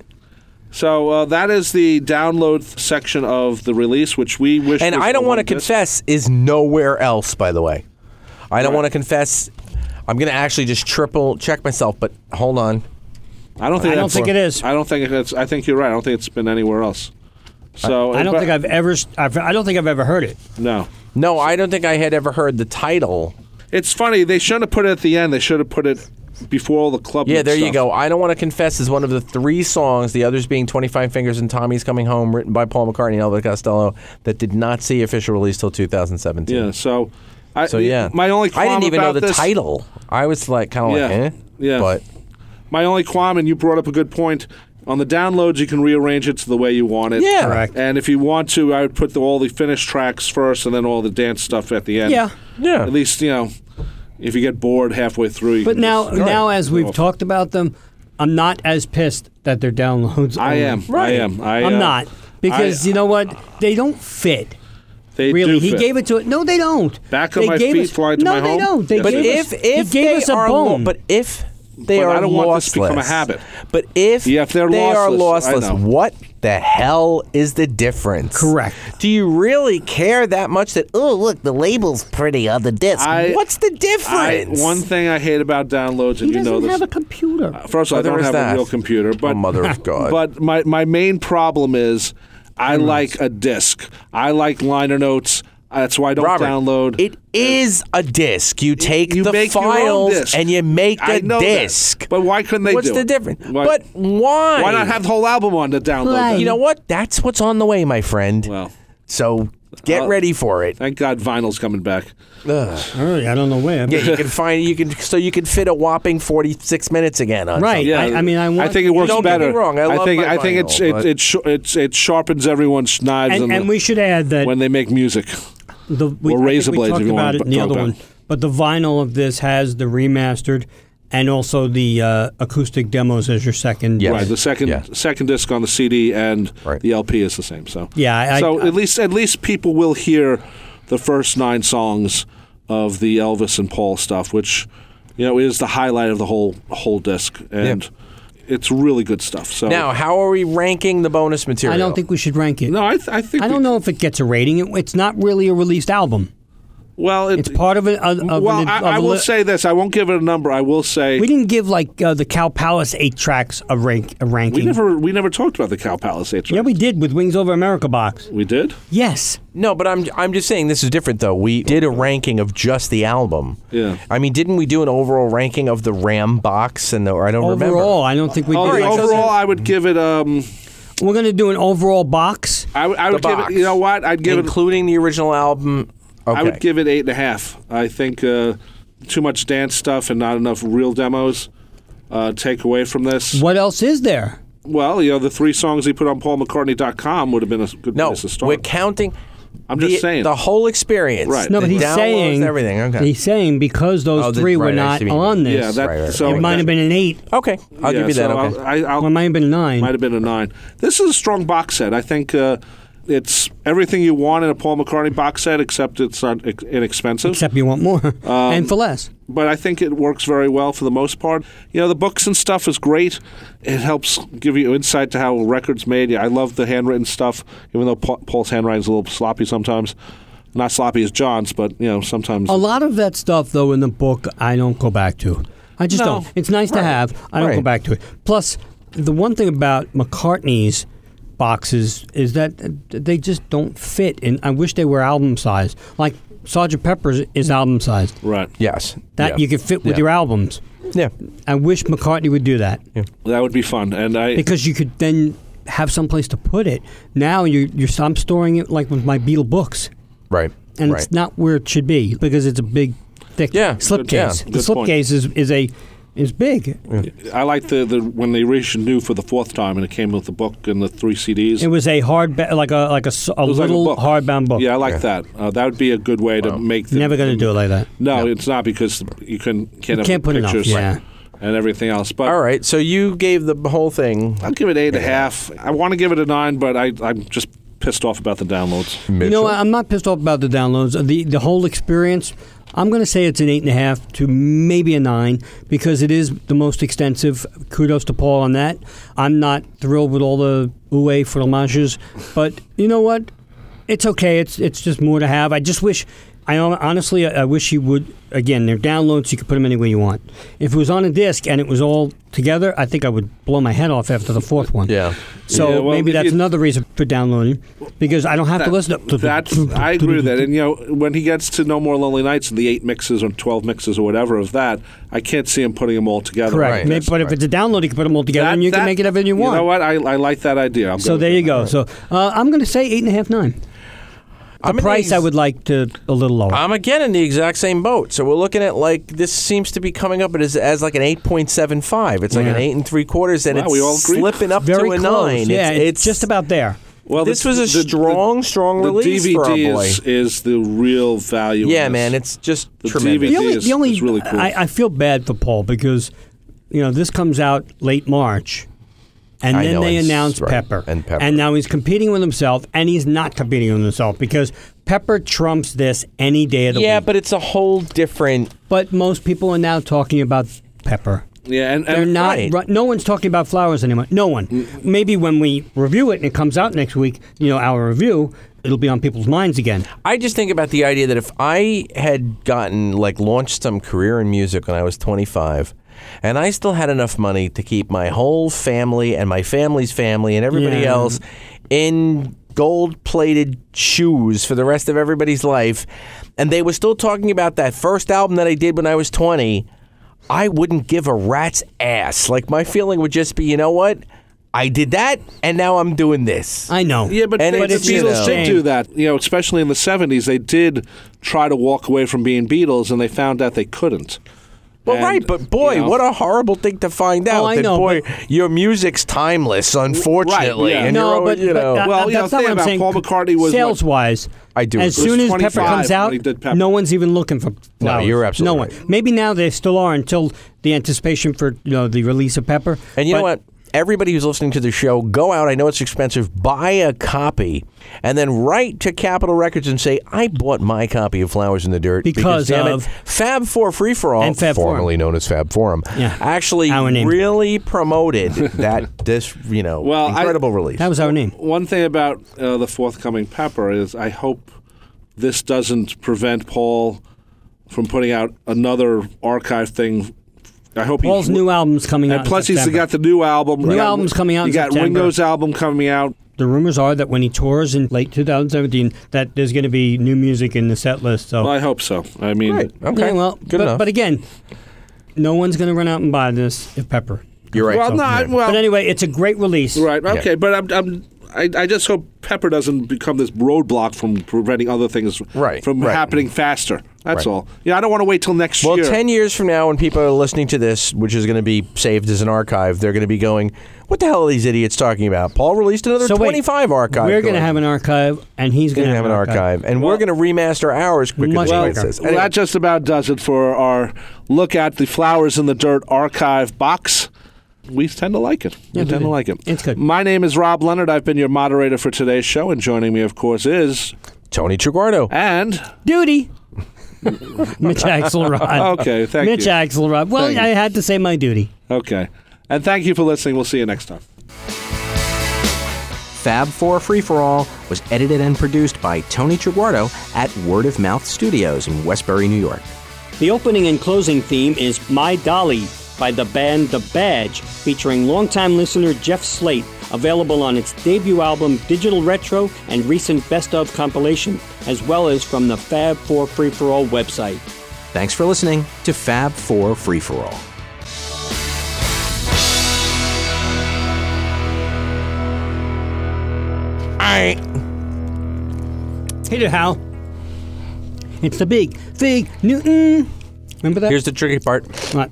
S2: So uh, that is the download section of the release, which we wish.
S3: And
S2: was
S3: I
S2: the
S3: don't
S2: one
S3: want to
S2: disc.
S3: confess is nowhere else. By the way, I don't want to confess. I'm gonna actually just triple check myself. But hold on.
S2: I don't think
S4: I don't
S2: that's-
S4: think it is.
S2: I don't think it's. I think you're right. I don't think it's been anywhere else.
S3: Oh,
S2: So
S4: I don't
S2: but-
S4: think I've ever. s- I've, I don't think I've ever heard it.
S2: No,
S3: No, I don't think I had ever heard the title.
S2: it's funny. They shouldn't have put it at the end. They should have put it before all the club.
S3: Yeah,
S2: mix
S3: there you
S2: stuff.
S3: go. I don't want to confess is one of the three songs, the others being 25 Fingers and Tommy's Coming Home, written by Paul McCartney and Elvis Costello, that did not see official release till 2017.
S2: Yeah. So, I,
S3: So yeah,
S2: My only
S3: I
S2: qualm
S3: didn't even know
S2: about
S3: the
S2: this-
S3: title. I was like kind of
S2: Yeah,
S3: like, eh?
S2: yeah.
S3: But
S2: My only qualm, and you brought up a good point. On the downloads, you can rearrange it to the way you want it.
S3: Yeah.
S4: Correct.
S2: And if you want to, I would put the, all the finished tracks first, and then all the dance stuff at the end.
S4: Yeah.
S3: Yeah.
S2: At least you know, if you get bored halfway through. You
S4: But
S2: can
S4: now,
S2: just-
S4: now as we've
S2: Off.
S4: talked about them, I'm not as pissed that they're downloads.
S2: I
S4: only.
S2: am. I am. I,
S4: I'm
S2: uh,
S4: not because
S2: I-
S4: you know what? They don't fit.
S2: They do
S4: really, he
S2: fit.
S4: gave it to it. No, they don't.
S2: Back of
S4: they
S2: my
S4: gave
S2: feet
S4: us,
S2: fly to
S4: no,
S2: my
S4: they
S2: home?
S4: Don't. They
S2: Yes,
S3: But
S4: gave
S2: it
S3: if
S4: us,
S3: if
S4: he gave
S3: they
S4: us a
S3: are lo-
S4: bone,
S3: but if they
S2: But
S3: are
S2: I don't want this
S3: lossless,
S2: to become a habit.
S3: But if
S2: Yeah, if they're
S3: they are
S2: lossless, I know.
S3: lossless, what the hell is the difference?
S4: Correct.
S3: Do you really care that much that oh look the label's pretty on the disc?
S2: I-
S3: What's the
S2: I,
S3: difference?
S2: one thing I hate about downloads, and
S4: he
S2: you know
S4: doesn't
S2: this.
S4: have a computer.
S2: First of all,
S3: Oh, there
S2: I don't
S3: is
S2: have
S3: that.
S2: a real computer, but
S3: Oh, mother of God.
S2: But my, my main problem is I like a disc. I like liner notes. That's why I don't
S3: Robert,
S2: download.
S3: It is a disc. You take
S2: you
S3: the
S2: make your own
S3: files
S2: disc.
S3: and you make
S2: I
S3: a
S2: know that.
S3: disc.
S2: But why couldn't they
S3: What's
S2: do
S3: the
S2: it?
S3: difference?
S2: Why-
S3: But why?
S2: Why not have the whole album on the download?
S4: Right.
S2: then?
S3: You know what? That's what's on the way, my friend.
S2: Well.
S3: so get
S2: I'll-
S3: ready for it.
S2: Thank God vinyl's coming back.
S4: Really, I don't know where.
S3: Yeah, you can find you can so you can fit a whopping forty six minutes again on
S4: Right.
S3: something.
S2: Yeah,
S4: I, I mean, I want.
S2: think it works
S3: Don't get me
S2: better.
S3: wrong, I love
S2: think
S3: my
S2: I think it's
S3: vinyl,
S2: it
S3: but-
S2: it, sh- it's, it sharpens everyone's knives
S4: And,
S2: in the-
S4: and we should add that
S2: when they make music.
S4: the we,
S2: Or
S4: I
S2: razor
S4: think we
S2: blades, if
S4: talked
S2: you wanna
S4: about it
S2: put-
S4: in the
S2: talk
S4: other
S2: about
S4: one, but the vinyl of this has the remastered and also the uh, acoustic demos as your second.
S3: Yes.
S2: Right, the second
S3: Yeah.
S2: second disc on the CD and
S3: Right.
S2: the LP is the same. So
S4: Yeah, I-
S2: so
S4: I-
S2: at least at least people will hear the first nine songs of the Elvis and Paul stuff, which you know is the highlight of the whole whole disc. And it's really good stuff. So
S3: Now, how are we ranking the bonus material?
S4: I don't think we should rank it.
S2: no, I, th- I think
S4: I
S2: we-
S4: don't know if it gets a rating. It, it's not really a released album.
S2: Well, it,
S4: It's part of it. Of, of
S2: well,
S4: an-
S2: I,
S4: of
S2: I
S4: a
S2: will
S4: li-
S2: say this. I won't give it a number. I will say
S4: we didn't give like uh, the Cow Palace eight tracks a rank a ranking.
S2: we never we never talked about the Cow Palace H.
S4: yeah, we did with Wings Over America box.
S2: we did.
S4: Yes,
S3: No, but I'm I'm just saying this is different though. We did a ranking of just the album.
S2: Yeah.
S3: I mean, didn't we do an overall ranking of the Ram box and the? Or I don't remember.
S4: overall, I don't think we.
S2: Oh,
S4: did.
S2: the
S4: like-
S2: overall, I would give it. Um,
S4: We're going to do an overall box.
S2: I, would- I would
S3: The
S2: give
S3: box.
S2: it. You know what? I'd give it.
S3: including the original album. Okay.
S2: I would give it eight and a half. I think uh, too much dance stuff and not enough real demos. Uh, take away from this.
S4: What else is there?
S2: Well, you know, the three songs he put on PaulMcCartney.com would have been a good
S3: no.
S2: place to start.
S3: We're counting.
S2: I'm just
S3: the,
S2: saying.
S3: the whole experience.
S2: Right.
S4: No,
S3: The
S4: but he's
S3: downloads,
S4: saying
S3: everything. Okay.
S4: He's saying because those
S3: Oh,
S4: three
S3: the-
S4: were
S3: right, I
S4: not
S3: see what you mean.
S4: on this.
S2: yeah, that,
S3: Right, right.
S2: so
S4: it might have been an eight,
S3: okay. I'll
S2: yeah,
S3: give you that.
S2: so
S3: okay.
S2: I'll, I, I'll,
S4: or it might have been a nine.
S2: Might have been a nine. This is a strong box set. I think uh, it's everything you want in a Paul McCartney box set, except it's not ex- inexpensive.
S4: Except you want more
S2: Um,
S4: and for less.
S2: but I think it works very well for the most part. You know, the books and stuff is great. It helps give you insight to how a record's made. Yeah, I love the handwritten stuff, even though Pa- Paul's handwriting's a little sloppy sometimes. Not sloppy as John's, but you know, sometimes.
S4: A lot of that stuff, though, in the book, I don't go back to. I just
S2: No.
S4: don't. It's nice to have. I don't go
S3: Right.
S4: back to it. Plus, the one thing about McCartney's boxes is that uh, they just don't fit, and I wish they were album sized. Like Sgt. Pepper's is album sized.
S2: right.
S3: yes.
S4: That
S3: Yeah.
S4: you could fit with
S3: Yeah.
S4: your albums.
S3: Yeah.
S4: I wish McCartney would do that
S2: That would be fun. And I.
S4: because you could then have someplace to put it. Now you you're I'm storing it like with my Beatle books.
S3: Right.
S4: and
S3: right.
S4: it's not where it should be because it's a big, thick
S3: Yeah, good- yeah,
S4: slipcase. the
S2: good point.
S4: slipcase is, is a is big.
S2: I like the, the when they reissued for the fourth time, and it came with the book and the three CDs.
S4: It was a hard ba- like a like a, s- a
S2: It was like a
S4: little
S2: book.
S4: hardbound book.
S2: Yeah, I like that. Uh, that would be a good way to make. The,
S4: Never going to do it like that.
S2: No, it's not because you can can't, have
S4: can't put enough,
S2: pictures
S4: yeah.
S2: and everything else. But
S3: All right. So you gave the whole thing.
S2: I'll give it eight and a half. I want to give it a nine, but I, I'm just pissed off about the downloads.
S4: You know, what? I'm not pissed off about the downloads. Uh, The the whole experience. I'm going to say it's an eight and a half to maybe a nine because it is the most extensive. Kudos to Paul on that. I'm not thrilled with all the oué fromages, but you know what? It's okay. It's it's just more to have. I just wish. I hon- honestly, I I wish he would. Again, they're downloads. You can put them anywhere you want. If it was on a disc and it was all together, I think I would blow my head off after the fourth one.
S3: Yeah.
S4: So
S2: Yeah, well,
S4: maybe
S2: if
S4: that's
S2: you-
S4: another reason for downloading because I don't have to listen to
S2: That's I agree with that. And you know, when he gets to No More Lonely Nights and the eight mixes or twelve mixes or whatever of that, I can't see him putting them all together.
S4: Correct.
S3: Right.
S4: Maybe-
S3: That's
S4: but if it's a download, you can put them all together and you
S2: That-
S4: can make it however you want.
S2: You know what? I, I like that idea. I'm
S4: So
S2: good
S4: there
S2: with
S4: you go. So uh, I'm going to say eight and a half, nine. The
S3: I'm in
S4: price
S3: these-
S4: I would like to a little lower.
S3: I'm again in the exact same boat. So we're looking at like this seems to be coming up as, as like an eight point seven five. It's like an
S4: Yeah.
S3: eight and three quarters, and
S2: Wow,
S3: it's
S2: we all agree.
S3: slipping up
S4: Very
S3: to a
S4: close.
S3: nine.
S4: Yeah,
S3: it's,
S4: it's, just about there.
S2: Well,
S3: this
S2: the-
S3: was a
S2: the- the-
S3: strong, strong
S2: the
S3: release
S2: DVD
S3: for our boy.
S2: Is, is the real value.
S3: yeah,
S2: in this.
S3: man, it's just
S2: The
S3: tremendous.
S2: DVD
S4: The only,
S2: is-
S4: the only
S2: is really cool.
S4: I, I feel bad for Paul because you know this comes out late March, and
S3: I
S4: then
S3: know,
S4: they
S3: and s-
S4: announce
S3: right,
S4: Pepper,
S3: and Pepper.
S4: now he's competing with himself, and he's not competing with himself because Pepper trumps this any day of the
S3: yeah,
S4: week.
S3: but it's a whole different.
S4: But most people are now talking about Pepper.
S2: yeah, and, and
S4: They're not.
S3: right.
S4: ru- No one's talking about flowers anymore. No one. Maybe when we review it and it comes out next week, you know, our review, it'll be on people's minds again.
S3: I just think about the idea that if I had gotten like launched some career in music when I was 25 and I still had enough money to keep my whole family and my family's family and everybody
S4: Yeah.
S3: else in gold plated shoes for the rest of everybody's life and they were still talking about that first album that I did when I was 20 I wouldn't give a rat's ass like my feeling would just be you know what I did that and now I'm doing this
S4: I know.
S2: Yeah, but,
S3: And
S2: they, the
S3: it's just
S2: Beatles did
S3: a
S4: shame.
S2: do that. You know, especially in the '70s, they did try to walk away from being Beatles, and they found out they couldn't.
S3: Well,
S2: And,
S3: right, but boy,
S2: you know,
S3: what a horrible thing to find out.
S4: Oh, I
S3: that,
S4: know,
S3: boy, your music's timeless, unfortunately.
S2: yeah.
S3: And
S4: no,
S3: you're, always-
S4: but,
S3: you know,
S4: but, uh,
S2: Well, you know,
S4: that's not
S2: think
S4: what I'm
S2: about
S4: saying.
S2: Paul McCartney was,
S4: sales wise.
S3: I do
S4: As
S3: agree.
S4: soon
S2: He
S4: as
S2: was
S4: Pepper
S2: 25
S4: comes
S2: when
S4: out,
S2: he did Pepper.
S4: no one's even looking for flowers.
S3: you're absolutely
S4: no one. Maybe now they still are until the anticipation for you know the release of Pepper.
S3: And you know
S4: But
S3: what? everybody who's listening to the show, go out. I know it's expensive. Buy a copy, and then write to Capitol Records and say, "I bought my copy of Flowers in the Dirt
S4: Because
S3: damn
S4: of-
S3: it, Fab Four Free for All,
S4: And Fab Forum.
S3: formerly known as Fab Forum,
S4: Yeah.
S3: actually
S4: Our name.
S3: really promoted that this you know
S2: Well, I-
S3: incredible release."
S4: That was our name.
S2: One thing about uh, the forthcoming Pepper is I hope this doesn't prevent Paul from putting out another archive thing. I hope
S4: Paul's
S2: he,
S4: new album's coming out.
S2: And
S4: in
S2: plus, he's
S4: September.
S2: got the new album.
S4: New
S2: You got-
S4: album's coming out in
S2: You got
S4: September.
S2: Windows album coming out.
S4: The rumors are that when he tours in late 2017, that there's going to be new music in the set list. So,
S2: Well, I hope so. I mean,
S3: Great. Okay.
S4: Yeah, well,
S3: Good
S4: but,
S3: enough.
S4: but again, no one's going to run out and buy this if Pepper.
S3: You're right.
S2: well, no, I- well,
S4: but anyway, it's a great release.
S2: right, okay, but I'm, I'm, I, I just hope Pepper doesn't become this roadblock from preventing other things
S3: Right,
S2: from
S3: right.
S2: happening faster. That's
S3: Right.
S2: all. Yeah, I don't want to wait till next
S3: Well,
S2: year.
S3: 10 years from now, when people are listening to this, which is going to be saved as an archive, they're going to be going, What the hell are these idiots talking about? Paul released another
S4: So wait,
S3: 25 archive.
S4: We're going to
S3: going,
S4: have an archive, and he's
S3: We're
S4: going to
S3: gonna have an archive. And we're going to remaster ours quicker
S4: Much
S3: than
S4: quicker.
S3: Mike says.
S2: Well,
S3: Anyway,
S2: that just about does it for our look at the Flowers in the Dirt archive box. We tend to like it. we
S4: Yeah, we
S2: tend
S4: do.
S2: to like it.
S4: It's good.
S2: My name is Rob Leonard. I've been your moderator for today's show, and joining me, of course, is
S3: Tony Triguardo.
S2: and
S4: Duty. Mitch Axelrod.
S2: Okay, thank
S4: Mitch
S2: you.
S4: Axelrod. Well,
S2: Thank you.
S4: I had to say my duty.
S2: okay. And thank you for listening. We'll see you next time.
S5: Fab Four Free for All was edited and produced by Tony Triguardo at Word of Mouth Studios in Westbury, New York.
S4: The opening and closing theme is My Dolly by the band The Badge, featuring longtime listener Jeff Slate, available on its debut album Digital Retro and recent Best of compilation, as well as from the Fab 4 Free For All website.
S5: Thanks for listening to Fab Four Free for All.
S4: Hey there, Hal. It's the big, big Newton. Remember that?
S3: Here's the tricky part.
S4: What?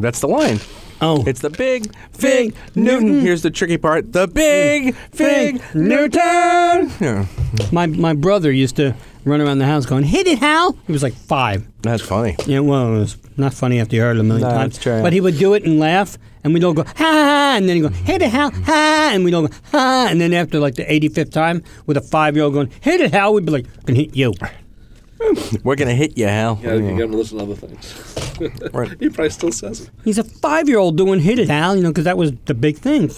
S3: That's the line.
S4: Oh.
S3: It's the big fig Newton. Here's the tricky part. The big fig Newton. Yeah,
S4: My my brother used to run around the house going, "Hit it, Hal!" He was like five.
S3: That's funny.
S4: Yeah, well, it was not funny after you heard it a million
S3: No,
S4: times.
S3: that's true.
S4: But he would do it and laugh, and we'd all go ha, ha, ha," and then he'd go, "Hit it, Hal!" Ha, and we'd all go ha, and then after like the eighty fifth time, with a five year old going, "Hit it, Hal!" We'd be like, "I "Can hit you."
S3: We're going to hit you, Hal.
S2: him to listen to other things.
S3: Right.
S2: he probably still says it.
S4: He's a five year old doing "Hit it, Hal," you know, because that was the big thing.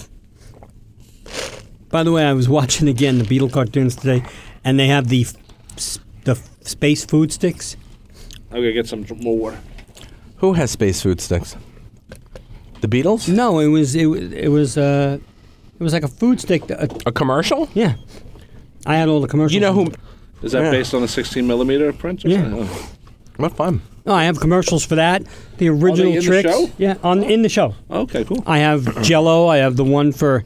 S4: By the way, I was watching again the Beatle cartoons today, and they have the f- s- the f- space food sticks.
S2: I'm gonna get some more water.
S3: Who has space food sticks? The Beatles?
S4: No, it was it, was- it was uh, it was like a food stick. That, uh,
S3: A commercial?
S4: yeah, I had all the commercials.
S3: You know who?
S2: Is that
S3: Yeah.
S2: based on a 16 millimeter print? Or
S4: Yeah.
S2: something?
S3: What fun.
S4: No, Oh, I have commercials for that. The original
S2: in the
S4: tricks.
S2: show?
S4: Yeah, on in the show.
S2: Oh, okay, cool.
S4: I have Jello. I have the one for.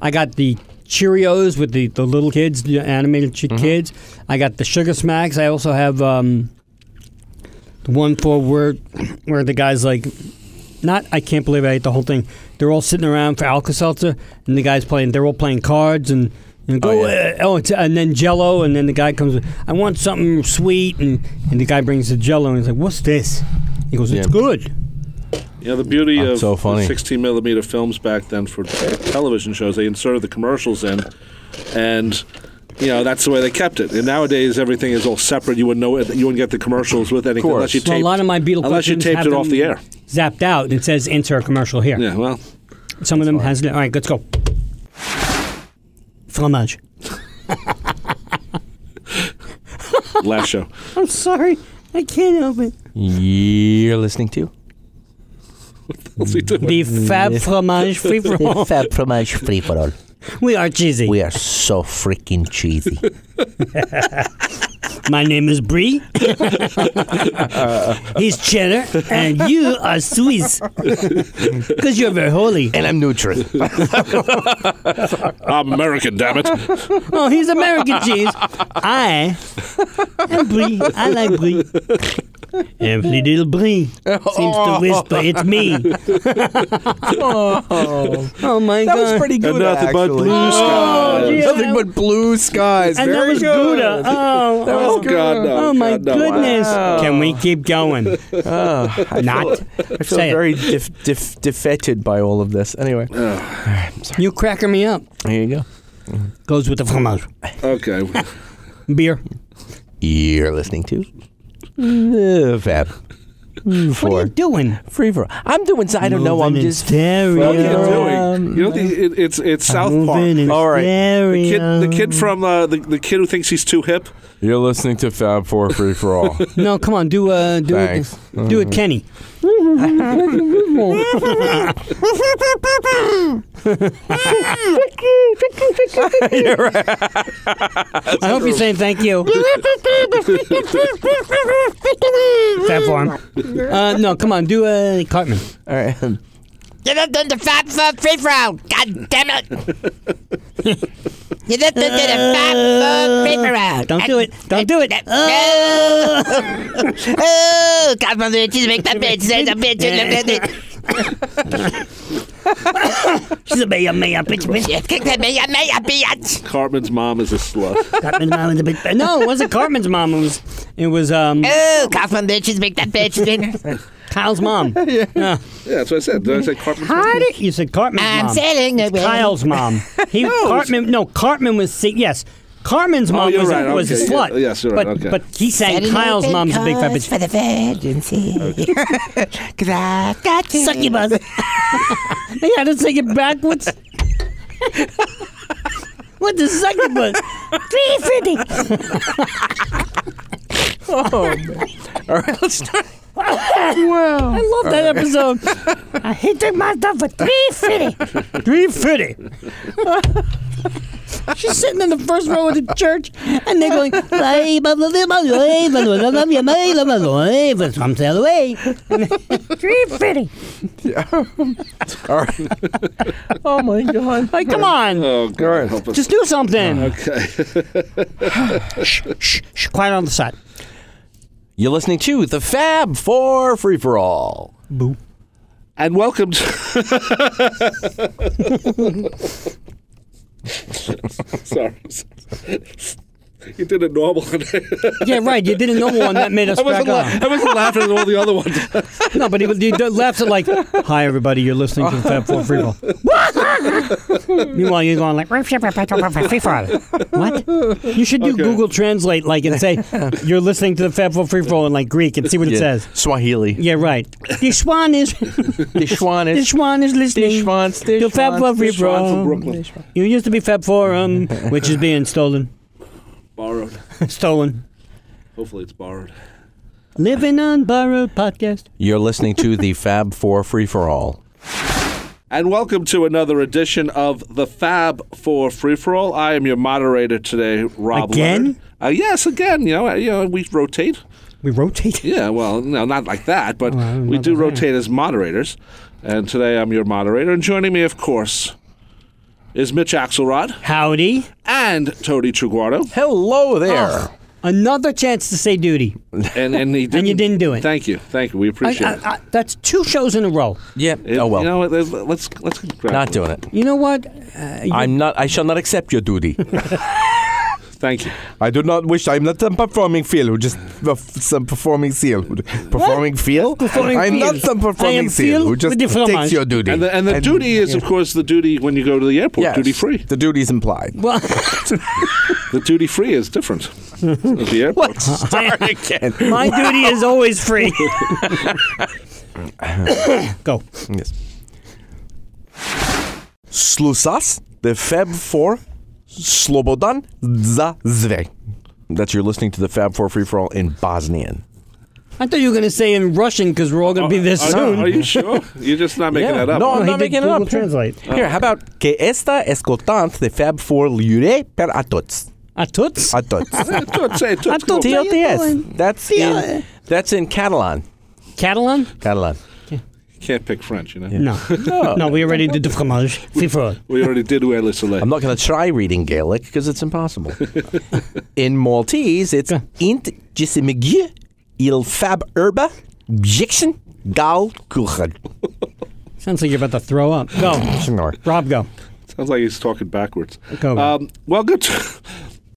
S4: I got the Cheerios with the, the little kids, the animated
S3: Mm-hmm.
S4: ch- kids. I got the Sugar Smacks. I also have um, the one for where where the guys like. Not, I can't believe I ate the whole thing. They're all sitting around for Alka Seltzer, and the guys playing. They're all playing cards and. And go oh,
S3: yeah.
S4: oh it's, and then Jello, and then the guy comes. with, I want something sweet, and, and the guy brings the Jello, and he's like, "What's this?" He goes, "It's
S3: Yeah.
S4: good."
S2: You know, the beauty
S3: That's
S2: of
S3: so
S2: the
S3: funny.
S2: 16 millimeter films back then for television shows, they inserted the commercials in, and you know that's the way they kept it. And nowadays, everything is all separate. You wouldn't know it. You wouldn't get the commercials with anything
S3: course.
S2: unless you taped,
S4: Well, a lot of my Beatle
S2: unless you
S4: cartoons
S2: taped
S4: have
S2: it off
S4: them
S2: the air.
S4: Zapped out. It says insert commercial here.
S2: Yeah, well,
S4: Some of them has. All right, let's go. Fromage.
S2: last show.
S4: I'm sorry, I can't help it.
S3: You're listening to
S2: What's he doing?
S4: The Fab Fromage Free for
S3: Oh.
S4: All.
S7: Fab fromage free for all.
S4: We are cheesy.
S7: We are so freaking cheesy.
S4: My name is Brie. He's cheddar, and you are Swiss. Because you're very holy.
S7: and I'm neutral.
S2: I'm American, damn it!
S4: Oh, he's American cheese. I am Brie. I like Brie. Every little Brie seems to whisper, it's me. oh my
S3: That
S4: God.
S3: was pretty good.
S2: and nothing but
S3: actually.
S2: blue skies.
S4: yeah,
S3: Nothing
S4: that-
S3: but blue skies.
S4: and that
S3: Very
S4: was
S3: good.
S4: Gouda. Oh,
S3: That was
S4: oh,
S2: Oh God, no!
S4: Oh, my
S2: God, no.
S4: goodness. Can we keep going? Not.
S8: I feel
S4: Say it.
S8: very def- def- defeated by all of this. Anyway,
S4: You cracking me up.
S8: here you go.
S4: Goes with the fromage.
S2: Okay.
S4: Beer.
S3: You're listening to the Fab
S4: What are
S3: Four
S4: you doing?
S3: Free for. I'm doing. I don't know. I'm
S4: Moving in
S3: just.
S4: stereo.
S2: What are you doing?
S3: Um,
S2: you know, the, it, it's it's South Park.
S4: Moving in
S2: The
S4: All
S3: All right.
S4: right.
S3: The
S2: kid, the kid from uh, the the kid who thinks he's too hip.
S9: You're listening to Fab Four Free for All.
S4: No, come on. Do uh, do
S9: Thanks.
S4: it. Do it, Kenny. I hope you're saying thank you. Fat farm. Uh, no, come on. Do uh, Cartman.
S8: All right.
S10: You done done the fab for free throw. God damn it. you done done the fab for free throw.
S4: Don't do it. Don't do it.
S2: Uh,
S10: Oh, God, mother, she's make that bitch. There's a bitch. there's a bitch.
S4: She's a mayor, mayor, bitch, bitch.
S10: Yeah, Kick that bitch. I may I be a
S2: Cartman's mom is a slut.
S4: Cartman's mom is a bitch. No, it wasn't Cartman's mom. It was, it was um,
S2: Uh,
S10: Oh, God, mother, she's make that bitch.
S4: Kyle's mom. Yeah.
S2: yeah, that's what I said. Did I say Cartman's mom?
S4: You said Cartman's
S10: I'm
S4: mom.
S10: sailing away.
S4: Kyle's mom. He Cartman. No, Cartman was si- yes. Cartman's
S2: Oh,
S4: mom
S2: you're
S4: was, a-
S2: right,
S4: was a
S2: okay,
S4: slut.
S2: yeah, yes, you're right,
S4: but
S2: okay.
S4: but he sang Kyle's mom's a big fat bitch.
S10: for the virgin sea. Cause I got you.
S4: Succubus. yeah, I didn't sing it backwards. what the succubus?
S6: Three fifty.
S4: I love that episode.
S6: I hit the master for three fifty.
S4: Three fifty. She's sitting in the first row of the church, and they're going, "Ay, blah, blah, blah, blah, blah, blah, blah, blah, blah, blah, blah, blah, blah, from sail away."
S6: Three fifty.
S8: Oh my God.
S4: Like, come on,
S2: Oh God,
S8: All right.
S2: help us.
S4: just do something.
S2: okay.
S4: Shh, shh, shh, quiet on the side.
S3: You're listening to the Fab Four Free for All.
S2: And welcome. To- sorry. You did a normal one.
S4: Yeah, right. You did a normal one that made us
S2: I wasn't, la-
S4: back on.
S2: I wasn't laughing at all the other ones.
S4: No, but he, he d- laughs at like, "Hi, everybody, you're listening to the Fab Four Free Ball." Meanwhile, you're going like, "Free Friday." What? You should do Google Translate, like, and say, "You're listening to the Fab Four Free Ball" in like Greek, and see what it says.
S8: Swahili.
S4: Yeah, right. This one is
S8: Dishwan
S4: this one is listening.
S8: Dishwans.
S4: to Fab Four Free
S2: from
S4: Ball.
S2: Brooklyn.
S4: You used to be Fab Forum, which is being stolen.
S2: Borrowed.
S4: stolen.
S2: Hopefully it's borrowed.
S4: Living on borrowed podcast.
S3: You're listening to the Fab Four Free for All.
S2: And welcome to another edition of the Fab for Free for All. I am your moderator today, Rob.
S4: Again?
S2: Leonard. Uh, yes, again. You know, uh, you know, we rotate.
S4: We rotate.
S2: Yeah, well, no, not like that, but we do rotate as moderators. And today I'm your moderator. And joining me, of course, is Mitch Axelrod
S4: Howdy.
S2: and Tony Triguardo.
S3: Hello there.
S4: Oh. Another chance to say duty.
S2: And, and, he didn't,
S4: you didn't do it.
S2: Thank you. Thank you. We
S4: I,
S2: appreciate
S4: I, I, that's two shows in a row.
S3: Yeah.
S2: it. It-
S3: oh well.
S2: You know, what, let's let's let's grab
S3: not
S2: it.
S3: doing it.
S4: You know what?
S3: I'm not. I shall not accept your duty.
S2: Thank you.
S3: I do not wish. I'm not a performing field. Just perf- some performing seal. Performing field.
S4: Performing
S3: I'm
S4: field.
S3: not some
S4: I am
S3: performing seal. Who
S4: field
S3: just
S4: with the fromage.
S3: takes your duty.
S2: And the, and the duty is, of course, the duty when you go to the airport,
S3: Yes,
S2: duty free.
S3: The duty's implied.
S4: Well,
S2: The duty free is different. At the airport.
S3: Start again.
S4: my duty is always free. Go.
S3: Yes. Slusas the Fab 4 Slobodan za zve. That's you're listening to the Fab 4 free for all in Bosnian.
S4: I thought you were going to say in Russian because we're all going to be this
S2: are,
S4: soon.
S2: Oh, Are you sure? You're just not making
S3: Yeah.
S2: that up.
S3: No,
S4: Oh,
S3: I'm
S4: he
S3: not
S4: did
S3: making it
S4: Google
S3: up.
S4: Translate.
S3: Here, how about que esta escoltant the Fab 4 lire per a tots.
S4: A toots?
S3: A tots.
S2: I thought, say, it. That's cool.
S4: thought- you
S3: TLDS.
S4: doing?
S3: That's in, that's in Catalan.
S4: Catalan?
S3: Catalan.
S2: Can't pick French, you know.
S4: No. no. we already did the fromage. FIFA.
S2: We already did Where Soleil.
S3: I'm not going to try reading Gaelic because it's impossible. in Maltese, it's int jisimigie il fab erba bjiction gal kuchen.
S4: Sounds like you're about to throw up. Go.
S3: Ignore.
S4: Rob, go.
S2: Sounds like he's talking backwards.
S4: Go.
S2: Um, well, good.